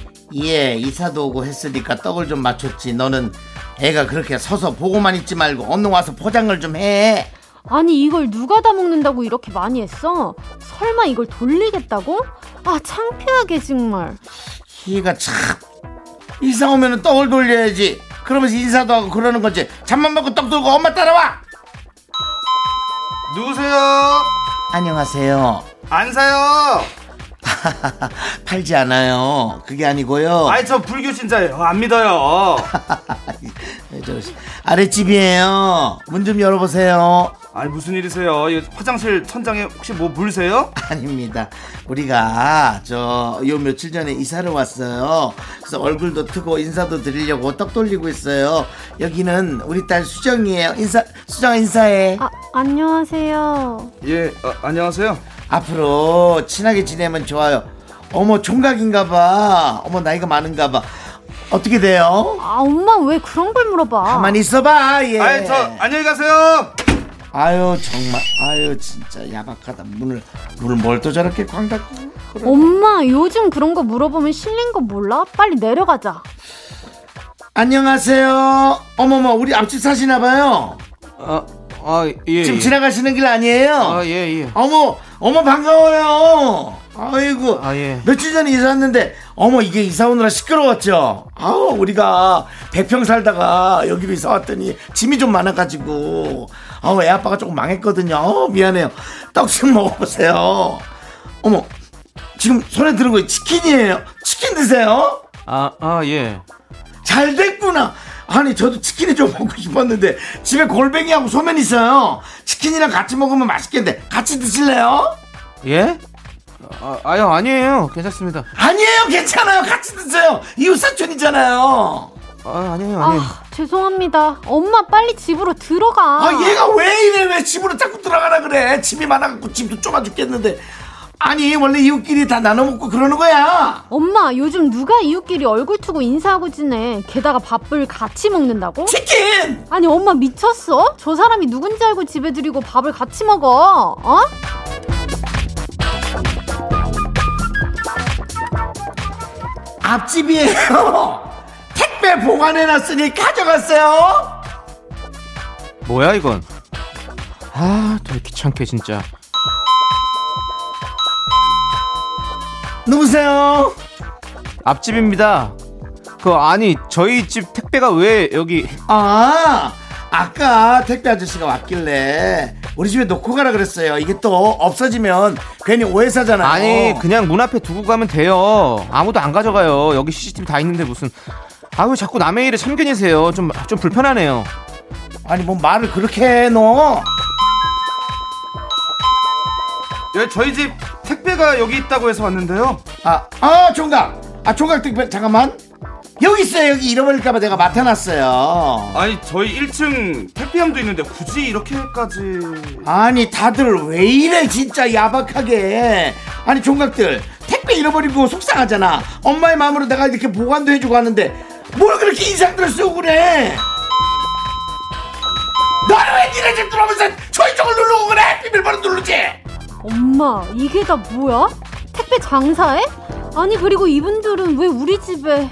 S1: 예, 이사도 오고 했으니까 떡을 좀 맞췄지. 너는 애가 그렇게 서서 보고만 있지 말고 얼른 와서 포장을 좀 해.
S5: 아니 이걸 누가 다 먹는다고 이렇게 많이 했어? 설마 이걸 돌리겠다고? 아 창피하게 정말.
S1: 희가 참 이사 오면은 떡을 돌려야지. 그러면서 인사도 하고 그러는 거지. 잠만 먹고 떡 돌고 엄마 따라와.
S6: 누구세요?
S1: 안녕하세요.
S6: 안 사요.
S1: 팔지 않아요. 그게 아니고요.
S6: 아이 저 불교 신자예요. 어, 안 믿어요.
S1: 저 아랫집이에요. 문 좀 열어보세요.
S6: 아니 무슨 일이세요? 이 화장실 천장에 혹시 뭐 물세요?
S1: 아닙니다. 우리가 저 요 며칠 전에 이사를 왔어요. 그래서 얼굴도 트고 인사도 드리려고 떡 돌리고 있어요. 여기는 우리 딸 수정이에요. 인사 수정 인사해.
S5: 아 안녕하세요.
S6: 예, 어, 안녕하세요.
S1: 앞으로 친하게 지내면 좋아요. 어머 총각인가봐. 어머 나이가 많은가봐. 어떻게 돼요?
S5: 아 엄마 왜 그런 걸 물어봐?
S1: 가만히 있어봐. 예.
S6: 아이 저 안녕히 가세요.
S1: 아유 정말 아유 진짜 야박하다 문을 문을 뭘 또 저렇게 광닫
S5: 엄마 요즘 그런 거 물어보면 실린 거 몰라? 빨리 내려가자.
S1: 안녕하세요 어머머 우리 앞집 사시나 봐요
S2: 아, 아, 예.
S1: 지금
S2: 예.
S1: 지나가시는 길 아니에요
S2: 아, 예, 예.
S1: 어머 어머 반가워요 아이고
S2: 아, 예.
S1: 며칠 전에 이사 왔는데 어머 이게 이사 오느라 시끄러웠죠 아우 우리가 백평 살다가 여기로 이사 왔더니 짐이 좀 많아가지고 아우 애 아빠가 조금 망했거든요 아우, 미안해요 떡 좀 먹어보세요 어머 지금 손에 드는 거 치킨이에요 치킨 드세요
S2: 아, 아, 예.
S1: 잘 됐구나. 아니 저도 치킨이 좀 먹고 싶었는데 집에 골뱅이하고 소면 있어요. 치킨이랑 같이 먹으면 맛있겠는데 같이 드실래요?
S2: 예? 아, 아유 아니에요 괜찮습니다
S1: 아니에요, 괜찮아요. 같이 드세요. 이웃사촌이잖아요.
S2: 아 아니에요 아니에요
S5: 아, 죄송합니다. 엄마 빨리 집으로 들어가.
S1: 아, 얘가 왜 이래? 왜 집으로 자꾸 들어가라 그래? 집이 많아갖고 집도 좁아 죽겠는데. 아니, 원래 이웃끼리 다 나눠 먹고 그러는 거야.
S5: 엄마 요즘 누가 이웃끼리 얼굴 투고 인사하고 지내. 게다가 밥을 같이 먹는다고?
S1: 치킨!
S5: 아니 엄마 미쳤어? 저 사람이 누군지 알고 집에 들이고 밥을 같이 먹어. 어?
S1: 앞집이에요. 택배 보관해놨으니 가져갔어요.
S2: 뭐야 이건 아 되게 귀찮게 진짜
S1: 누구세요?
S2: 앞집입니다 그 아니 저희 집 택배가 왜 여기
S1: 아, 아까 택배 아저씨가 왔길래 우리 집에 놓고 가라 그랬어요. 이게 또 없어지면 괜히 오해 사잖아요.
S2: 아니 그냥 문 앞에 두고 가면 돼요 아무도 안 가져가요 여기 CCTV 다 있는데 무슨 아왜 자꾸 남의 일에 참견이세요 좀 좀 불편하네요
S1: 아니 뭐 말을 그렇게 해 너.
S6: 예, 저희 집 택배가 여기 있다고 해서 왔는데요.
S1: 아, 아 종각. 아 종각 택배 잠깐만. 여기 있어요. 여기 잃어버릴까봐 내가 맡아놨어요.
S6: 아니 저희 1층 택배함도 있는데 굳이 이렇게까지
S1: 아니 다들 왜 이래 진짜 야박하게. 아니 종각들 택배 잃어버리고 속상하잖아. 엄마의 마음으로 내가 이렇게 보관도 해주고 하는데 뭘 그렇게 인상들을 쓰고 그래. 너는 왜 니네 집 들어오면서 저희 쪽을 누르고 그래? 비밀번호 누르지?
S5: 엄마 이게 다 뭐야? 택배 장사해? 아니 그리고 이분들은 왜 우리 집에?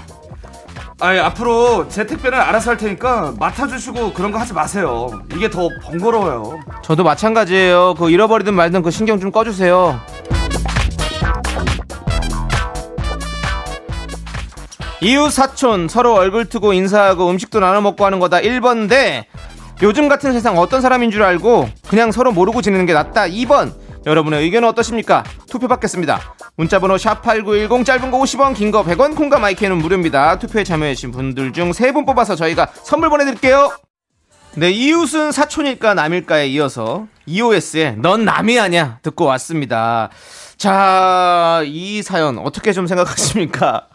S6: 아니 앞으로 제 택배는 알아서 할 테니까 맡아주시고 그런 거 하지 마세요 이게 더 번거로워요
S2: 저도 마찬가지예요 그 잃어버리든 말든 그 신경 좀 꺼주세요 이웃 사촌 서로 얼굴 트고 인사하고 음식도 나눠 먹고 하는 거다 1번인데 요즘 같은 세상 어떤 사람인 줄 알고 그냥 서로 모르고 지내는 게 낫다 2번 여러분의 의견은 어떠십니까? 투표 받겠습니다 문자번호 샵8910 짧은 거 50원 긴 거 100원 콩과 마이크는 무료입니다 투표에 참여해주신 분들 중 3분 뽑아서 저희가 선물 보내드릴게요 네, 이웃은 사촌일까 남일까에 이어서 EOS의 넌 남이 아냐 듣고 왔습니다. 자, 이 사연 어떻게 좀 생각하십니까?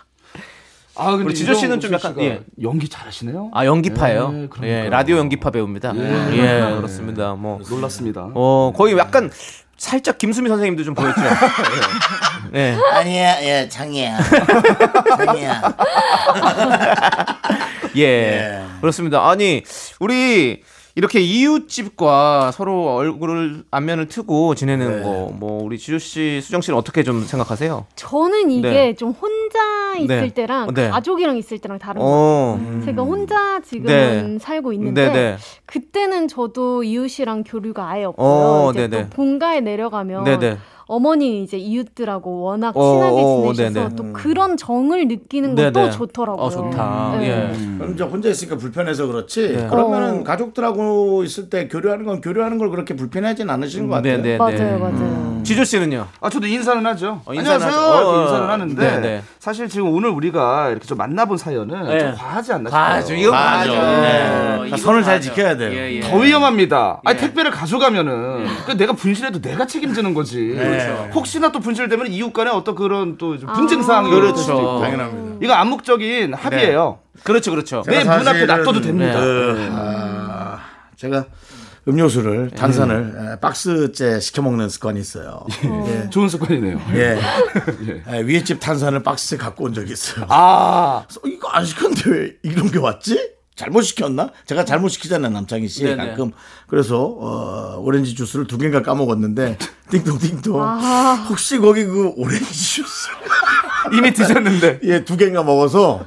S6: 아 근데
S2: 우리 지조 씨는 좀
S6: 이정우
S2: 약간,
S6: 씨가
S2: 예.
S6: 연기 잘하시네요
S2: 아, 연기파예요.
S6: 네, 그러니까요. 네.
S2: 예, 라디오 연기파 배우입니다. 예, 그렇습니다. 뭐
S6: 놀랐습니다
S2: 어, 거의 약간 살짝 김수미 선생님도 좀 보였죠. 예. 예.
S1: 아니야, 예, 장이야. 장이야.
S2: 예.
S1: 예.
S6: 네.
S2: 그렇습니다. 아니, 우리 이렇게 이웃집과 서로 얼굴을 안면을 트고
S6: 네.
S2: 지내는 거, 뭐, 우리 지조 씨, 수정 씨는 어떻게 좀 생각하세요?
S5: 저는 이게
S2: 네.
S5: 좀 혼자 있을
S2: 네.
S5: 때랑
S2: 네.
S5: 가족이랑 있을 때랑
S6: 음.
S5: 다른 것
S2: 어.
S5: 같아요. 제가 혼자 지금은
S2: 네.
S5: 살고 있는데
S2: 네, 네.
S5: 그때는 저도 이웃이랑 교류가 아예 없고요.
S2: 어,
S5: 이제
S2: 네네.
S5: 또 본가에 내려가면
S2: 네, 네.
S5: 어머니 이제 이웃들하고 워낙
S2: 어,
S5: 친하게
S2: 어,
S5: 지내셔서
S2: 네네.
S5: 또 그런 정을 느끼는
S2: 네네.
S5: 것도 좋더라고요.
S6: 아,
S2: 어, 좋다.
S5: 네.
S2: 예.
S1: 그럼 이제 혼자 있으니까 불편해서 그렇지.
S2: 네.
S1: 그러면은 가족들하고 있을 때 교류하는 건 교류하는 걸 그렇게 불편하진 않으시는 것 같아요.
S2: 네,
S5: 맞아요,
S2: 네.
S5: 맞아요.
S2: 지조 씨는요?
S6: 아 저도 인사는 하죠
S2: 어, 인사는 하죠.
S6: 안녕하세요
S2: 어,
S6: 이렇게 인사는 하는데
S2: 네, 네.
S6: 사실 지금 오늘 우리가 이렇게 좀 만나본 사연은
S2: 네.
S6: 좀 과하지 않나 싶어요
S2: 맞아, 이거 맞아.
S1: 네.
S2: 이거
S1: 선을 잘
S2: 맞아.
S1: 지켜야 돼요.
S2: 예, 예.
S6: 더 위험합니다. 아니 택배를 가져가면은 그 내가 분실해도 내가 책임지는 거지.
S2: 네. 그렇죠.
S6: 혹시나 또 분실되면 이웃 간에 어떤 그런 또좀 분쟁
S5: 아,
S6: 상황이 될
S2: 그렇죠.
S6: 수도 있고.
S1: 당연합니다.
S6: 이거 암묵적인 합의예요.
S2: 그렇죠, 그렇죠.
S6: 내
S1: 제가
S6: 문 앞에
S1: 사실은,
S6: 놔둬도 됩니다. 네.
S1: 그, 아, 제가
S6: 예.
S1: 음료수를 탄산을 에, 박스째 시켜 먹는 습관이 있어요.
S6: 좋은 습관이네요.
S1: 예. 에, 위에 집 탄산을 박스째 갖고 온 적이 있어요.
S6: 아,
S1: 그래서 이거 안 시켰는데 왜 이런 게 왔지? 잘못 시켰나? 제가 잘못 시키잖아요, 남창희 씨.
S2: 네네.
S1: 가끔. 그래서, 어, 오렌지 주스를 두 개인가 까먹었는데, 띵동띵동. 혹시 거기 그 오렌지 주스.
S2: 네.
S6: 이미 드셨는데.
S1: 예, 두 개인가 먹어서.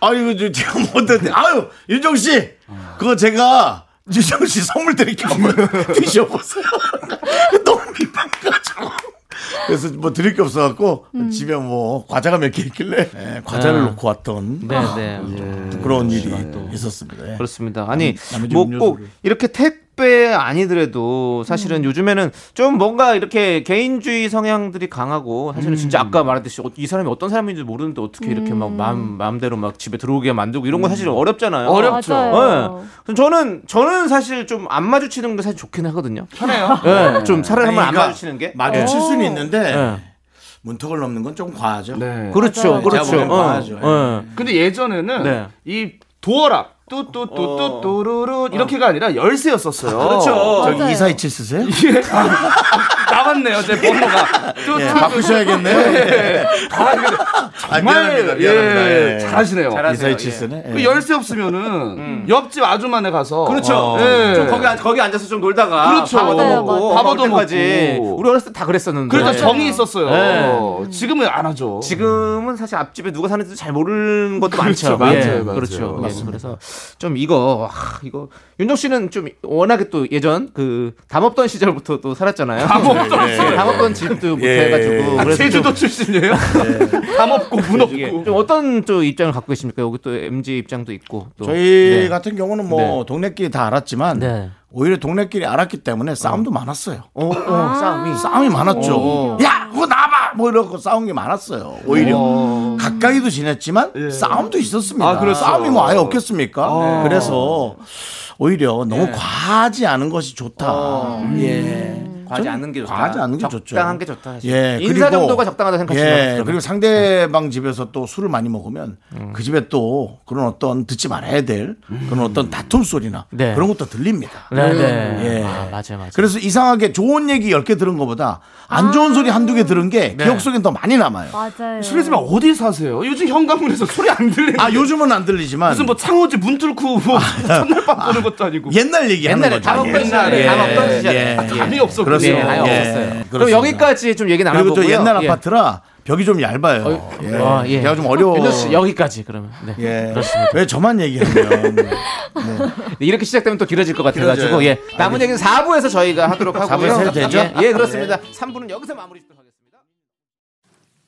S1: 아, 아니, 이거 저- 제가 못했는데. 아유, 윤정 씨! 그거 제가 윤정 씨 선물 드릴게요. 한번 드셔보세요. 너무 민망해가지고. 그래서 뭐 드릴 게 없어갖고 집에 뭐 과자가 몇 개 있길래 예, 과자를 놓고 왔던
S6: 아,
S2: 네, 네.
S6: 네.
S1: 그런 일이 있었습니다. 예.
S2: 그렇습니다. 아니,
S1: 남의 집
S2: 뭐
S1: 음료수를.
S2: 꼭 이렇게 택 10배 아니더라도
S5: 음.
S2: 사실은 요즘에는 좀 뭔가 이렇게 개인주의 성향들이 강하고 사실은
S1: 음.
S2: 진짜 아까 말했듯이 어, 이 사람이 어떤 사람인지 모르는데 어떻게 이렇게 막 마음, 마음대로 막 집에 들어오게 만들고
S1: 음.
S2: 이런 건 사실 어렵잖아요.
S5: 어렵죠. 맞아요.
S2: 예. 그래서 저는 저는 사실 좀 안 마주치는 게 사실 좋긴 하거든요.
S4: 편해요.
S2: 예. 좀 차라리 한번 안
S1: 그러니까
S2: 마주치는 게.
S1: 마주칠 수는 있는데
S2: 예.
S1: 문턱을 넘는 건 좀 과하죠.
S6: 네.
S2: 그렇죠.
S5: 맞아요.
S2: 그렇죠.
S1: 제가 보기엔
S2: 어,
S1: 과하죠.
S2: 어.
S6: 근데 예전에는
S2: 네.
S6: 이 도어락 뚜뚜뚜뚜 뚜루루 이렇게가 아니라 열쇠였었어요.
S1: 저기
S5: 맞아요.
S1: 2427 쓰세요?
S6: 나왔네요, 제 번호가. 뚜뚜.
S1: 예, 바꾸셔야겠네. 아, 미안합니다.
S6: 정말
S1: 미안합니다. 예.
S6: 예, 잘하시네요.
S2: 잘하세요.
S1: 2427 쓰네.
S6: 그 열쇠 없으면은 옆집 아줌마네 가서
S2: 그렇죠.
S6: 예.
S2: 좀 거기 앉- 거기 앉아서 좀 놀다가
S6: 그렇죠.
S2: 밥도
S5: 맞아요,
S2: 먹고
S5: 맞아요.
S6: 밥도
S2: 먹을 때까지.
S6: 먹고.
S2: 우리 어렸을 때 다 그랬었는데.
S6: 그래도
S2: 네.
S6: 정이 있었어요.
S5: 음.
S2: 예.
S6: 지금은 안 하죠.
S2: 지금은 사실 앞집에 누가 사는지도 잘 모르는 것도 많죠.
S6: 맞아요,
S2: 예,
S6: 맞아요.
S2: 그렇죠. 예, 그래서 좀 이거 아, 이거 윤정 씨는 좀 워낙에 또 예전 그 담없던 시절부터 또 살았잖아요. 담없던 담없던 집도 못
S1: 예.
S2: 해가지고
S1: 아,
S2: 그래서 좀-
S6: 제주도 출신이에요? 담 없고 문
S2: 이게
S6: 없고.
S2: 좀 어떤 또 입장을 갖고 계십니까? 여기 또 MG 입장도 있고 또
S1: 저희
S2: 네.
S1: 같은 경우는 뭐 동네끼리 다 알았지만
S2: 네.
S1: 오히려 동네끼리 알았기 때문에 싸움도 많았어요.
S2: 어, 어, 싸움이
S1: 싸움이 많았죠. 야, 그거 나봐! 뭐 이러고 싸운 게 많았어요. 오히려. 가까이도 지냈지만 싸움도 있었습니다.
S6: 아, 그렇죠.
S1: 싸움이 뭐 아예 없겠습니까? 그래서 오히려 너무 과하지 않은 것이 좋다. 예.
S2: 과하지
S1: 저는
S2: 않은 게 좋다.
S1: 과하지 않은 게 좋죠.
S2: 적당한 게 좋다. 사실.
S1: 예,
S2: 인사
S1: 그리고-
S2: 정도가 적당하다 생각하시면 음.
S1: 예, 그리고 상대방 집에서 또 술을 많이 먹으면 그 집에 또 그런 어떤 듣지 말아야 될 그런 어떤 다툼 소리나
S2: 네.
S1: 그런 것도 들립니다.
S2: 네, 네.
S1: 예.
S2: 아, 맞아요, 맞아요.
S1: 그래서 이상하게 좋은 얘기 10개 들은 것보다 안 좋은 소리 한두 개 들은 게
S2: 네.
S1: 기억 속엔 더 많이 아. 남아요.
S5: 맞아요.
S6: 실례지만 어디 사세요? 요즘 현관문에서 소리 안 들리는.
S1: 아, 요즘은 안 들리지만
S6: 무슨 뭐 창호지 문 뚫고
S2: 아,
S6: 뭐 첫날 밤 보는 것도 아니고.
S1: 옛날 얘기하는
S2: 옛날에
S1: 거죠.
S2: 다 먹던 시절에 다 먹던 시절에
S1: 예.
S2: 예.
S6: 답이 없어.
S1: 그렇습니다.
S2: 네, 아예
S1: 예,
S2: 없었어요. 그럼
S1: 그렇습니다.
S2: 여기까지 좀 얘기
S1: 그리고
S2: 나눠보고요.
S1: 또 옛날
S2: 예.
S1: 아파트라 벽이 좀 얇아요. 예.
S2: 아, 예.
S1: 제가 좀 어려워.
S2: 윤정 씨 여기까지 그러면. 네.
S1: 예. 왜 저만 얘기하면
S2: 네, 이렇게 시작되면 또 길어질 것 같아가지고 예. 남은 얘기는 4부에서 저희가 하도록 하고요.
S1: 4부에서 해도 되죠? 네.
S2: 예, 예, 그렇습니다. 3부는 여기서 마무리 짓도록 하겠습니다.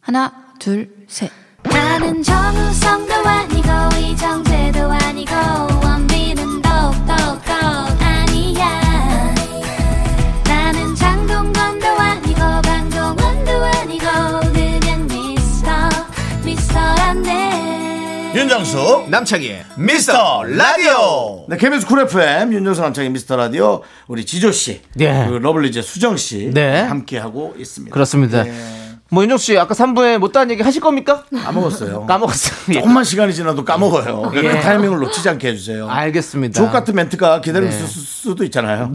S7: 하나, 둘, 셋.
S3: 나는 정우성도 아니고 이정재도 아니고 원빈은 더욱더 아니야 나는 장동건도 아니고 방종원도 아니고 그냥 미스터 미스터란데
S1: 윤정수
S2: 남창희의
S1: 미스터 라디오. 네, KBS 쿨 FM 윤정수 남창의 미스터 라디오 우리 지조 씨,
S2: 네.
S1: 그 러블리즈 수정 씨
S2: 네.
S1: 함께 하고 있습니다.
S2: 그렇습니다. 뭐 윤정 씨 아까 3부에 못다한 얘기 하실 겁니까?
S1: 네. 까먹었어요.
S2: 까먹었어요. 예.
S1: 조금만 그 시간이 지나도 까먹어요. 그러니까 그 타이밍을 놓치지 않게 해주세요.
S2: 알겠습니다.
S1: 주옥 같은 멘트가 기다리고
S2: 아. 네.
S1: 있을 수도 있잖아요.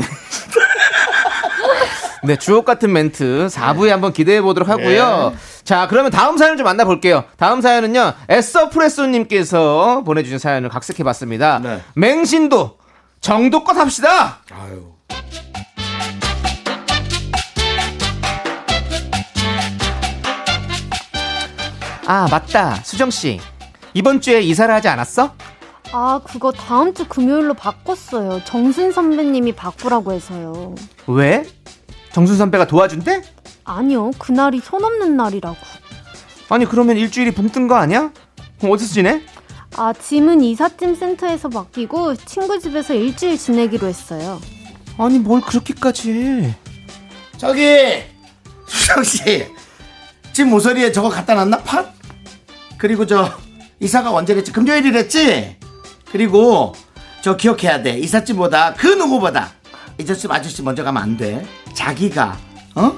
S2: 네, 주옥 같은 멘트 4부에 한번 기대해 보도록 하고요. 자, 그러면 다음 사연 좀 만나볼게요. 다음 사연은요, 에서프레소님께서 보내주신 사연을 각색해 봤습니다.
S1: 네.
S2: 맹신도 정도껏 합시다! 아, 맞다. 수정씨. 이번 주에 이사를 하지 않았어?
S5: 아 그거 다음 주 금요일로 바꿨어요. 정순 선배님이 바꾸라고 해서요.
S2: 왜? 정순 선배가 도와준대?
S5: 아니요 그날이 손 없는 날이라고.
S2: 아니, 그러면 일주일이 붕 뜬 거 아니야? 그럼 어디서 지내?
S5: 아 짐은 이삿짐 센터에서 맡기고 친구 집에서 일주일 지내기로 했어요.
S2: 아니, 뭘 그렇게까지 해.
S1: 저기 수정 씨, 집 모서리에 저거 갖다 놨나 팥? 그리고 저 이사가 언제랬지? 금요일이랬지? 그리고 저 기억해야 돼. 이삿짐보다 그 누구보다 이삿짐 아저씨 먼저 가면 안 돼. 자기가 어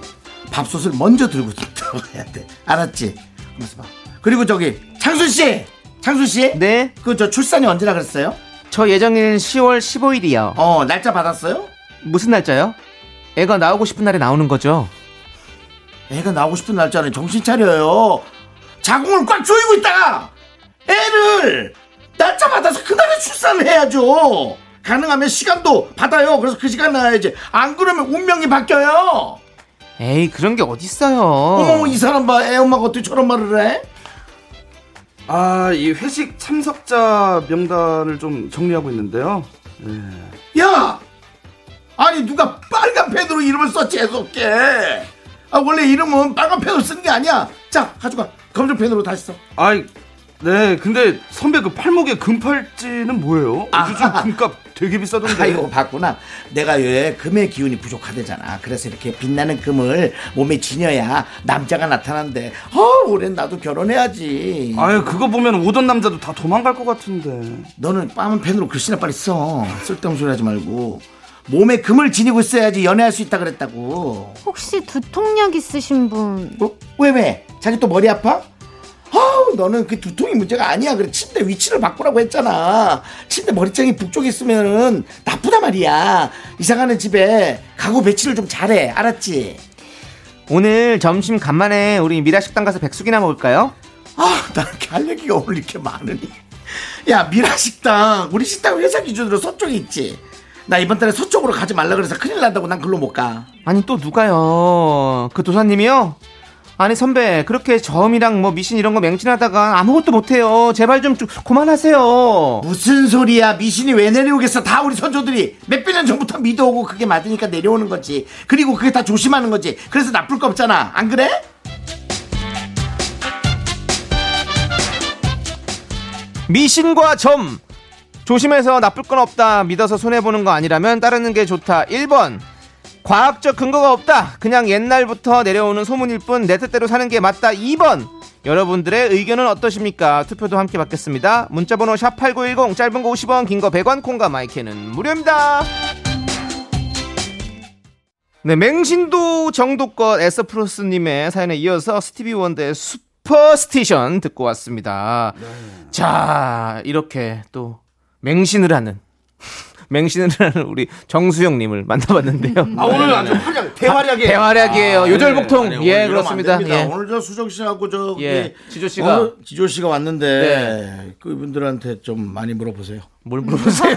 S1: 밥솥을 먼저 들고 들어가야 돼. 알았지? 하면서 봐. 그리고 저기 창순 씨, 창순 씨,
S2: 네?
S1: 그 저 출산이 언제라 그랬어요?
S2: 저 예정일 10월 15일이요.
S1: 어 날짜 받았어요?
S2: 무슨 날짜요? 애가 나오고 싶은 날에 나오는 거죠.
S1: 애가 나오고 싶은 날짜는 정신 차려요. 자궁을 꽉 조이고 있다가 애를 날짜 받아서 그날에 출산을 해야죠. 가능하면 시간도 받아요. 그래서 그 시간 나와야지. 안 그러면 운명이 바뀌어요.
S2: 에이 그런 게 어딨어요.
S1: 어머 이 사람 봐. 애 엄마가 어떻게 저런 말을 해?
S6: 아, 이 회식 참석자 명단을 좀 정리하고 있는데요. 예.
S1: 야! 아니 누가 빨간 펜으로 이름을 썼지 애석게. 아 원래 이름은 빨간 펜으로 쓰는 게 아니야. 자 가져가. 검정 펜으로 다시 써.
S6: 아이, 네, 근데 선배 그 팔목에 금팔찌는 뭐예요?
S1: 아.
S6: 요즘 금값 되게 비싸던데.
S1: 아이고 봤구나. 내가 왜 금의 기운이 부족하대잖아. 그래서 이렇게 빛나는 금을 몸에 지녀야 남자가 나타난대. 어, 올해는 나도 결혼해야지.
S6: 아유, 그거 보면 오던 남자도 다 도망갈 것 같은데.
S1: 너는 빠은 펜으로 글씨나 빨리 써. 쓸데없는 소리 하지 말고. 몸에 금을 지니고 있어야지 연애할 수 있다 그랬다고.
S5: 혹시 두통약 있으신 분?
S1: 어? 왜 왜? 자기 또 머리 아파? 아우 너는 그 두통이 문제가 아니야. 그래 침대 위치를 바꾸라고 했잖아. 침대 머리장이 북쪽에 있으면 나쁘다 말이야. 이사가는 집에 가구 배치를 좀 잘해. 알았지?
S2: 오늘 점심 간만에 우리 미라 식당 가서 백숙이나 먹을까요?
S1: 아, 나 이렇게 할 얘기가 오늘 이렇게 많으니. 야, 미라 식당. 우리 식당 회사 기준으로 서쪽에 있지. 나 이번 달에 서쪽으로 가지 말라 그래서 큰일 난다고 난 글로 못 가.
S2: 아니 또 누가요? 그 도사님이요? 아니 선배 그렇게 저음이랑 뭐 미신 이런 거 맹신하다가 아무것도 못해요. 제발 좀, 좀 그만하세요.
S1: 무슨 소리야? 미신이 왜 내려오겠어? 다 우리 선조들이 몇백 년 전부터 믿어오고 그게 맞으니까 내려오는 거지. 그리고 그게 다 조심하는 거지. 그래서 나쁠 거 없잖아. 안 그래?
S2: 미신과 점 조심해서 나쁠 건 없다. 믿어서 손해 보는 거 아니라면 따르는 게 좋다. 1번 과학적 근거가 없다. 그냥 옛날부터 내려오는 소문일 뿐 내 뜻대로 사는 게 맞다. 2번 여러분들의 의견은 어떠십니까? 투표도 함께 받겠습니다. 문자번호 샵8910 짧은 거 50원 긴 거 100원 콩과 마이크는 무료입니다. 네, 맹신도 정도껏 에서프로스님의 사연에 이어서 스티비 원더의 슈퍼스티션 듣고 왔습니다. 자, 이렇게 또 맹신을 하는 맹신을 하는 우리 정수영님을 만나봤는데요.
S1: 아, 오늘 아주 화려, 대화력이.
S2: 대활약이에요. 요절복통.
S1: 아니, 오늘 이러면
S2: 예,
S1: 안
S2: 그렇습니다.
S1: 됩니다.
S2: 예.
S1: 오늘 저 수정 씨하고 저기
S2: 예, 지조 씨가.
S1: 오늘 지조 씨가 왔는데 그분들한테 좀 많이 물어보세요.
S2: 뭘 물어보세요?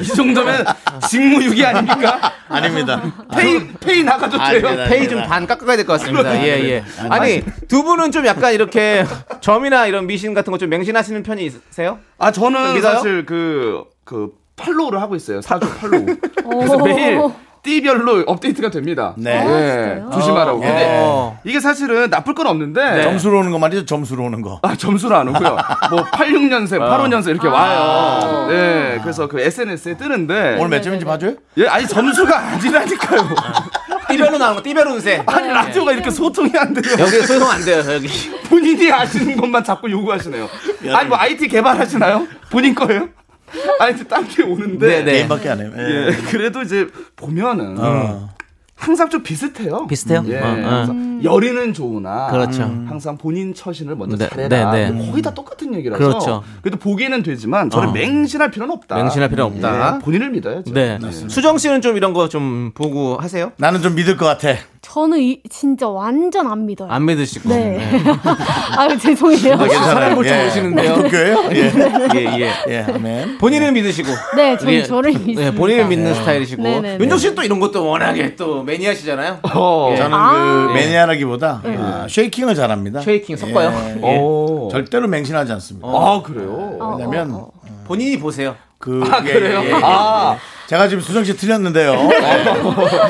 S6: 이 정도면 직무유기 아닙니까?
S1: 아닙니다.
S6: 페이 페이 나가도 돼요.
S1: 아닙니다.
S2: 페이 좀 반 깎아야 될 것 같습니다. 예, 예. 아니, 두 분은 좀 약간 이렇게 점이나 이런 미신 같은 거 좀 맹신하시는 편이세요?
S6: 아 저는
S2: 믿어요?
S6: 사실 그 그 팔로우를 하고 있어요. 사주 팔로우. 그래서
S5: 오.
S6: 매일 띠별로 업데이트가 됩니다.
S1: 네.
S6: 예, 조심하라고. 근데
S2: 어.
S6: 이게 사실은 나쁠 건 없는데
S1: 네. 점수로 오는 거 말이죠. 점수로 오는 거.
S6: 아, 점수로 안 오고요. 뭐 86년생,
S2: 아.
S6: 85년생 이렇게 와요. 네, 그래서 그 SNS에 뜨는데
S1: 오늘 몇 점인지 봐줘요?
S6: 예, 아니 점수가 아니라니까요.
S2: 띠별로 나온 거, 띠별로 운세.
S6: 아니 라디오가 이렇게 소통이 안 돼요.
S2: 네. 여기 소용 안 돼요, 여기.
S6: 본인이 아시는 것만 자꾸 요구하시네요. 아니 뭐 IT 개발하시나요? 본인 거예요? 아니 이제 딴게 오는데
S2: 네. 어.
S1: 게임밖에 안 해요. 예.
S6: 예, 그래도 이제 보면은 항상 좀 비슷해요.
S2: 비슷해요?
S6: 예,
S2: 어, 어.
S6: 그래서 열의는 좋으나
S2: 그렇죠.
S6: 항상 본인 처신을 먼저
S2: 네,
S6: 잘해라.
S2: 네,
S6: 거의 다 똑같은 얘기라서
S2: 그렇죠.
S6: 그래도 보기는 되지만 저는
S2: 어.
S6: 맹신할 필요는 없다.
S2: 맹신할 필요 없다.
S6: 예, 본인을 믿어야죠.
S2: 네. 수정 씨는 좀 이런 거 좀 보고 하세요?
S1: 나는 좀 믿을 것 같아.
S5: 저는 이, 진짜 완전 안 믿어요.
S2: 안 믿으시고.
S5: 네. 아유 죄송해요.
S2: 사람 볼줄 모르시는데요.
S1: 교예요? 예.
S2: 네. 예, 예.
S1: 예, 아멘.
S2: 본인을 믿으시고.
S5: 네, 저는
S2: 예.
S5: 저를 믿습니다.
S2: 네, 본인을 믿는 스타일이시고.
S5: 네, 네, 네.
S2: 윤정 씨는 또 이런 것도 워낙에 또 매니아시잖아요. 예.
S6: 어.
S1: 저는
S5: 아.
S1: 그 매니아라기보다 아, 쉐이킹을 잘합니다.
S2: 쉐이킹 섞어요.
S1: 예.
S2: 예.
S6: 오.
S1: 절대로 맹신하지 않습니다.
S6: 아 그래요.
S5: 어,
S1: 왜냐면
S5: 어, 어.
S2: 본인이 보세요.
S1: 그 예, 예, 예.
S6: 아,
S1: 제가 지금 수정 씨 틀렸는데요.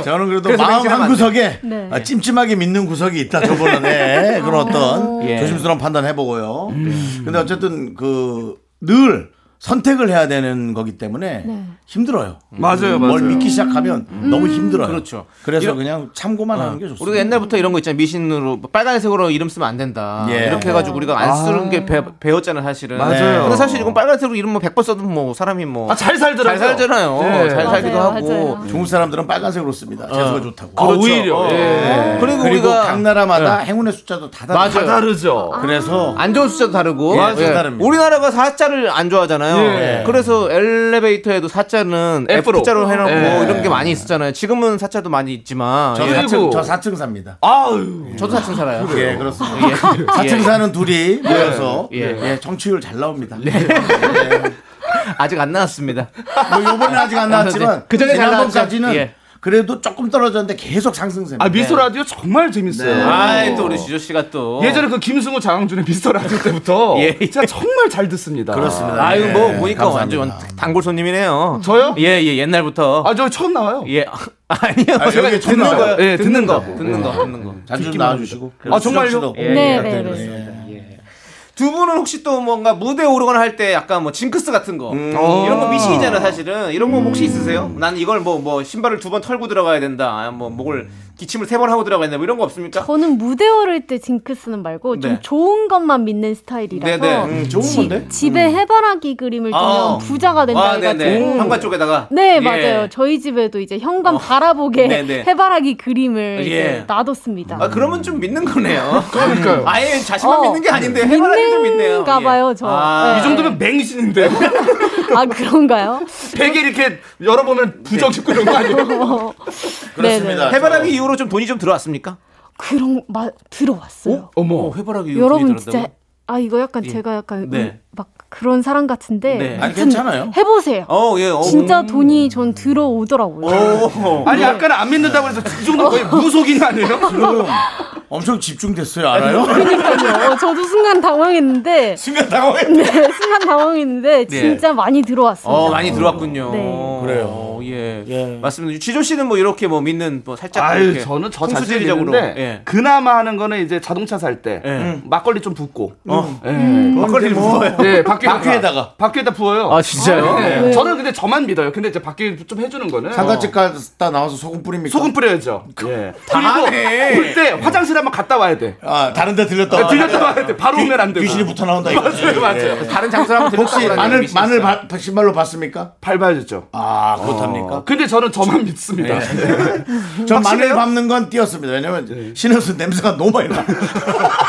S1: 저는 그래도
S2: 그래서
S1: 마음
S2: 맹신하면
S1: 한
S2: 안
S1: 구석에
S5: 네.
S1: 아, 찜찜하게 믿는 구석이 있다. 저거는 예, 그런 어떤
S2: 예. 음.
S1: 조심스러운 판단 해보고요. 네. 근데 어쨌든 그 늘 선택을 해야 되는 거기 때문에
S2: 네.
S1: 힘들어요.
S6: 맞아요,
S1: 뭘
S6: 맞아요.
S1: 믿기 시작하면 너무 힘들어요.
S2: 음. 그렇죠.
S1: 그래서
S2: 이런- 아.
S1: 그냥 참고만 하는 게 좋습니다.
S2: 우리가 옛날부터 이런 거 있잖아요. 미신으로 빨간색으로 이름 쓰면 안 된다.
S1: 예.
S2: 이렇게 해가지고 우리가
S5: 아.
S2: 안 쓰는 게 배, 배웠잖아요, 사실은. 네.
S6: 맞아요.
S2: 근데 사실 이건 빨간색으로 이름 뭐 100번 써도 뭐 사람이 뭐.
S6: 아, 잘 살더라고요.
S2: 잘 살잖아요.
S6: 네.
S2: 잘 살기도
S5: 맞아요,
S2: 하고.
S5: 맞아요.
S1: 중국 사람들은 빨간색으로 씁니다. 재수가 좋다고.
S6: 아, 오히려. 예.
S2: 네. 그리고,
S1: 그리고
S2: 우리가
S1: 각 나라마다
S2: 예.
S1: 행운의 숫자도 다 다르다.
S2: 맞아요. 아.
S6: 다 다르죠.
S1: 그래서
S2: 안 좋은 숫자도 다르고 예.
S1: 맞아요, 다릅니다.
S2: 우리나라가 사자를 안 좋아하잖아요.
S1: 예.
S2: 그래서 엘리베이터에도 사자는
S6: F로.
S2: F자로 해놓고
S6: 예.
S2: 이런 게 많이 있었잖아요. 지금은 사자도 많이 있지만
S1: 저는
S2: 예.
S1: 사층-
S6: 그리고-
S1: 저 4층 삽니다.
S6: 아유.
S2: 저도 사층 살아요.
S1: 예, 그렇습니다. 4층 사는 둘이 모여서
S2: 예.
S1: 예, 청취율 잘 나옵니다.
S2: 네. 아직 안 나왔습니다.
S1: 뭐 요번에 아직 안 나왔지만
S2: 그 전에 잘
S1: 지난번까지는
S2: 나왔죠. 예.
S1: 그래도 조금 떨어졌는데 계속 상승세.
S2: 네.
S6: 아 미소 라디오 정말 재밌어요.
S2: 아이 또 우리 지조 씨가 또
S6: 예전에 그 김승우 장항준의 미스터 라디오 때부터
S2: 예.
S6: 진짜 정말 잘 듣습니다.
S1: 그렇습니다.
S2: 아유
S1: 예,
S2: 뭐 보니까
S1: 감사합니다.
S2: 완전 단골 손님이네요.
S6: 저요?
S2: 예예 옛날부터
S6: 아 저 처음 나와요.
S2: 예 아니요
S1: 아,
S2: 제가
S1: 여기 처음
S2: 듣는
S1: 나와요?
S2: 거 예,
S6: 예,
S2: 듣는
S6: 듣는
S2: 거
S6: 거.
S2: 듣는 거 듣는 거
S1: 자주 좀 나와주시고.
S6: 아, 정말요?
S1: 수정 씨도
S5: 네,
S1: 부탁드리고요.
S5: 네, 네.
S1: 예.
S2: 두 분은 혹시 또 뭔가 무대 오르거나 할 때 약간 뭐 징크스 같은 거
S1: 음.
S2: 어. 이런
S6: 어.
S2: 거 미신이잖아 사실은 이런 거 혹시 있으세요? 난 이걸 뭐 뭐 신발을 두 번 털고 들어가야 된다. 아, 뭐 목을 기침을 세 번 하고 들어가야 된다. 뭐 이런 거 없습니까?
S5: 저는 무대 오를 때 징크스는 말고 좀
S2: 네.
S5: 좋은 것만 믿는 스타일이라서
S2: 네네. 음,
S1: 음, 좋은 건데?
S5: 집에 해바라기 그림을 두면
S2: 아.
S5: 부자가 된다
S2: 아,
S5: 해가지고
S1: 음.
S2: 네네. 현관 쪽에다가.
S5: 네
S2: 예. 어.
S5: 맞아요 저희 집에도 이제 현관 바라보게
S2: 네네.
S5: 해바라기 그림을
S2: 예.
S5: 이제 놔뒀습니다
S2: 아 그러면 좀 믿는 거네요.
S1: 그러니까요.
S2: 아예 자신만
S5: 어,
S2: 믿는 게 아닌데 해바라기 좀 믿네요.
S5: 믿는가
S2: 예.
S5: 봐요, 저. 네.
S2: 아,
S6: 이 정도면 맹신인데
S5: 아 그런가요?
S6: 베개 이렇게 열어보면 부정식 그런 거 아니에요?
S5: 어.
S1: 그렇습니다.
S5: 네네.
S2: 해바라기 이후로 좀 돈이 좀 들어왔습니까?
S5: 그런 마 들어왔어요
S6: 뭐?
S2: 어머 해바라기 이후로
S5: 여러분
S2: 돈이
S5: 진짜
S2: 들어왔다고?
S5: 아 이거 약간
S2: 예.
S5: 제가 약간
S2: 네.
S5: 음, 막 그런 사람 같은데
S2: 네.
S1: 아니, 괜찮아요.
S5: 해보세요
S2: 어, 예. 어,
S5: 진짜 돈이 전 들어오더라고요 어.
S2: 오.
S6: 아니 아까는 안 믿는다고 해서 이 정도 거의 무속인 아니에요?
S1: 지금 엄청 집중됐어요, 알아요?
S5: 그러니까요. 어, 저도 순간 당황했는데,
S1: 순간 당황해.
S5: 네, 순간 당황했는데 진짜 많이 들어왔습니다.
S2: 어, 많이 들어왔군요.
S5: 네.
S1: 그래요.
S2: 어, 예.
S1: 예.
S2: 맞습니다. 지조 씨는 뭐 이렇게 뭐 믿는 뭐 살짝
S6: 아유
S2: 이렇게
S6: 저는 저 자체를
S2: 풍수지리적으로.
S6: 믿는데
S2: 예.
S6: 그나마 하는 거는 이제 자동차 살 때
S2: 예.
S6: 막걸리 좀 붓고
S2: 어.
S6: 예.
S2: 막걸리를 부어요.
S6: 네, 바퀴에다가.
S1: 바퀴에다가.
S6: 바퀴에다 부어요.
S2: 아, 진짜요?
S6: 네.
S5: 네.
S6: 저는 근데 저만 믿어요. 근데 이제 바퀴 좀 해주는 거는
S1: 상가집 네. 갔다 나와서 소금 뿌립니까? 그
S6: 소금 뿌려야죠. 예.
S2: 다네.
S6: 그리고 올 때 화장실 한번 갔다 와야 돼.
S1: 아, 다른 데 들렸다.
S6: 네, 들렸다
S1: 왔는데
S6: 와야 돼. 바로 오면 안 되고.
S1: 귀신이 붙어 나온다. 이거.
S6: 맞아요, 맞아요.
S2: 다른 장소를 한번
S1: 혹시
S2: 들어가보라는
S1: 마늘
S2: 아, 의미시
S1: 마늘
S2: 있어요.
S1: 바- 신발로 봤습니까?
S6: 밟아야죠.
S1: 아, 그렇답니까?
S6: 어, 근데 저는 저만 믿습니다.
S1: 전 마늘 밟는 건 띄었습니다. 왜냐면
S6: 네.
S1: 신은수 냄새가 너무 많이 나.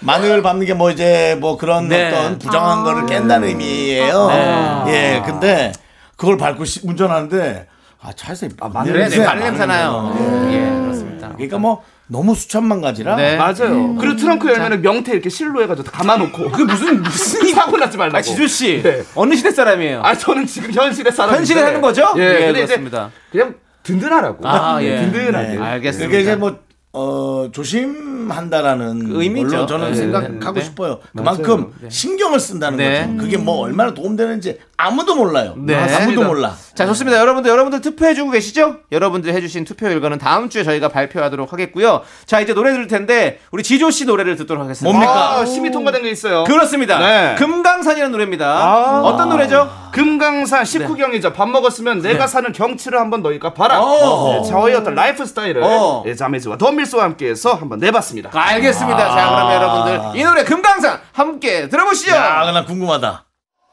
S1: 마늘 밟는 게 뭐 이제 뭐 그런
S2: 네.
S1: 어떤 부정한 거를 깬다는 의미예요.
S2: 아.
S1: 예, 근데 그걸 밟고 시- 운전하는데 아 차에서
S6: 마늘
S2: 그래, 네,
S1: 냄새가
S2: 마늘
S1: 나는
S2: 냄새 나요.
S1: 거예요.
S2: 예, 그렇습니다.
S1: 그러니까 뭐 너무 수천만 가지라.
S2: 네.
S6: 맞아요. 그리고 트렁크 열면 명태 이렇게 실로 해가지고 다 감아놓고.
S2: 그 무슨 무슨
S6: 사고 나지 말라고.
S2: 아, 지조 씨.
S6: 네.
S2: 어느 시대 사람이에요?
S6: 아 저는 지금 현실의 사람.
S2: 현실에 사는 거죠?
S6: 예,
S2: 예,
S6: 근데 이제
S2: 그렇습니다.
S6: 그냥 든든하라고.
S2: 아, 예.
S6: 든든하게.
S1: 네.
S2: 알겠습니다.
S1: 그게 이제 뭐 어, 조심한다라는
S2: 그러니까. 그 의미죠.
S1: 걸로 저는
S2: 네,
S1: 생각하고
S2: 네.
S1: 싶어요. 그만큼 신경을 쓴다는
S2: 네.
S1: 거죠. 그게 뭐 얼마나 도움되는지 아무도 몰라요.
S2: 네.
S1: 아무도
S2: 맞습니다.
S1: 몰라.
S2: 자, 좋습니다. 여러분들, 여러분들 투표해주고 계시죠? 여러분들 해주신 투표 결과는 다음 주에 저희가 발표하도록 하겠고요. 자, 이제 노래 들을 텐데, 우리 지조씨 노래를 듣도록 하겠습니다.
S1: 뭡니까?
S6: 아, 심의 통과된 게 있어요.
S2: 그렇습니다.
S6: 네.
S2: 금강산이라는 노래입니다.
S6: 아.
S2: 어떤 노래죠? 네.
S6: 금강산 식후경이죠. 밥 먹었으면 내가 사는 경치를 한번 너희가 봐라.
S2: 어.
S6: 네, 저희 어떤 라이프 스타일을
S2: 어.
S6: 예, 자매즈와 덤밀스와 함께해서 한번 내봤습니다.
S2: 알겠습니다. 자,
S1: 아.
S2: 그럼 여러분들, 이 노래 금강산 함께 들어보시죠.
S1: 야, 나 궁금하다.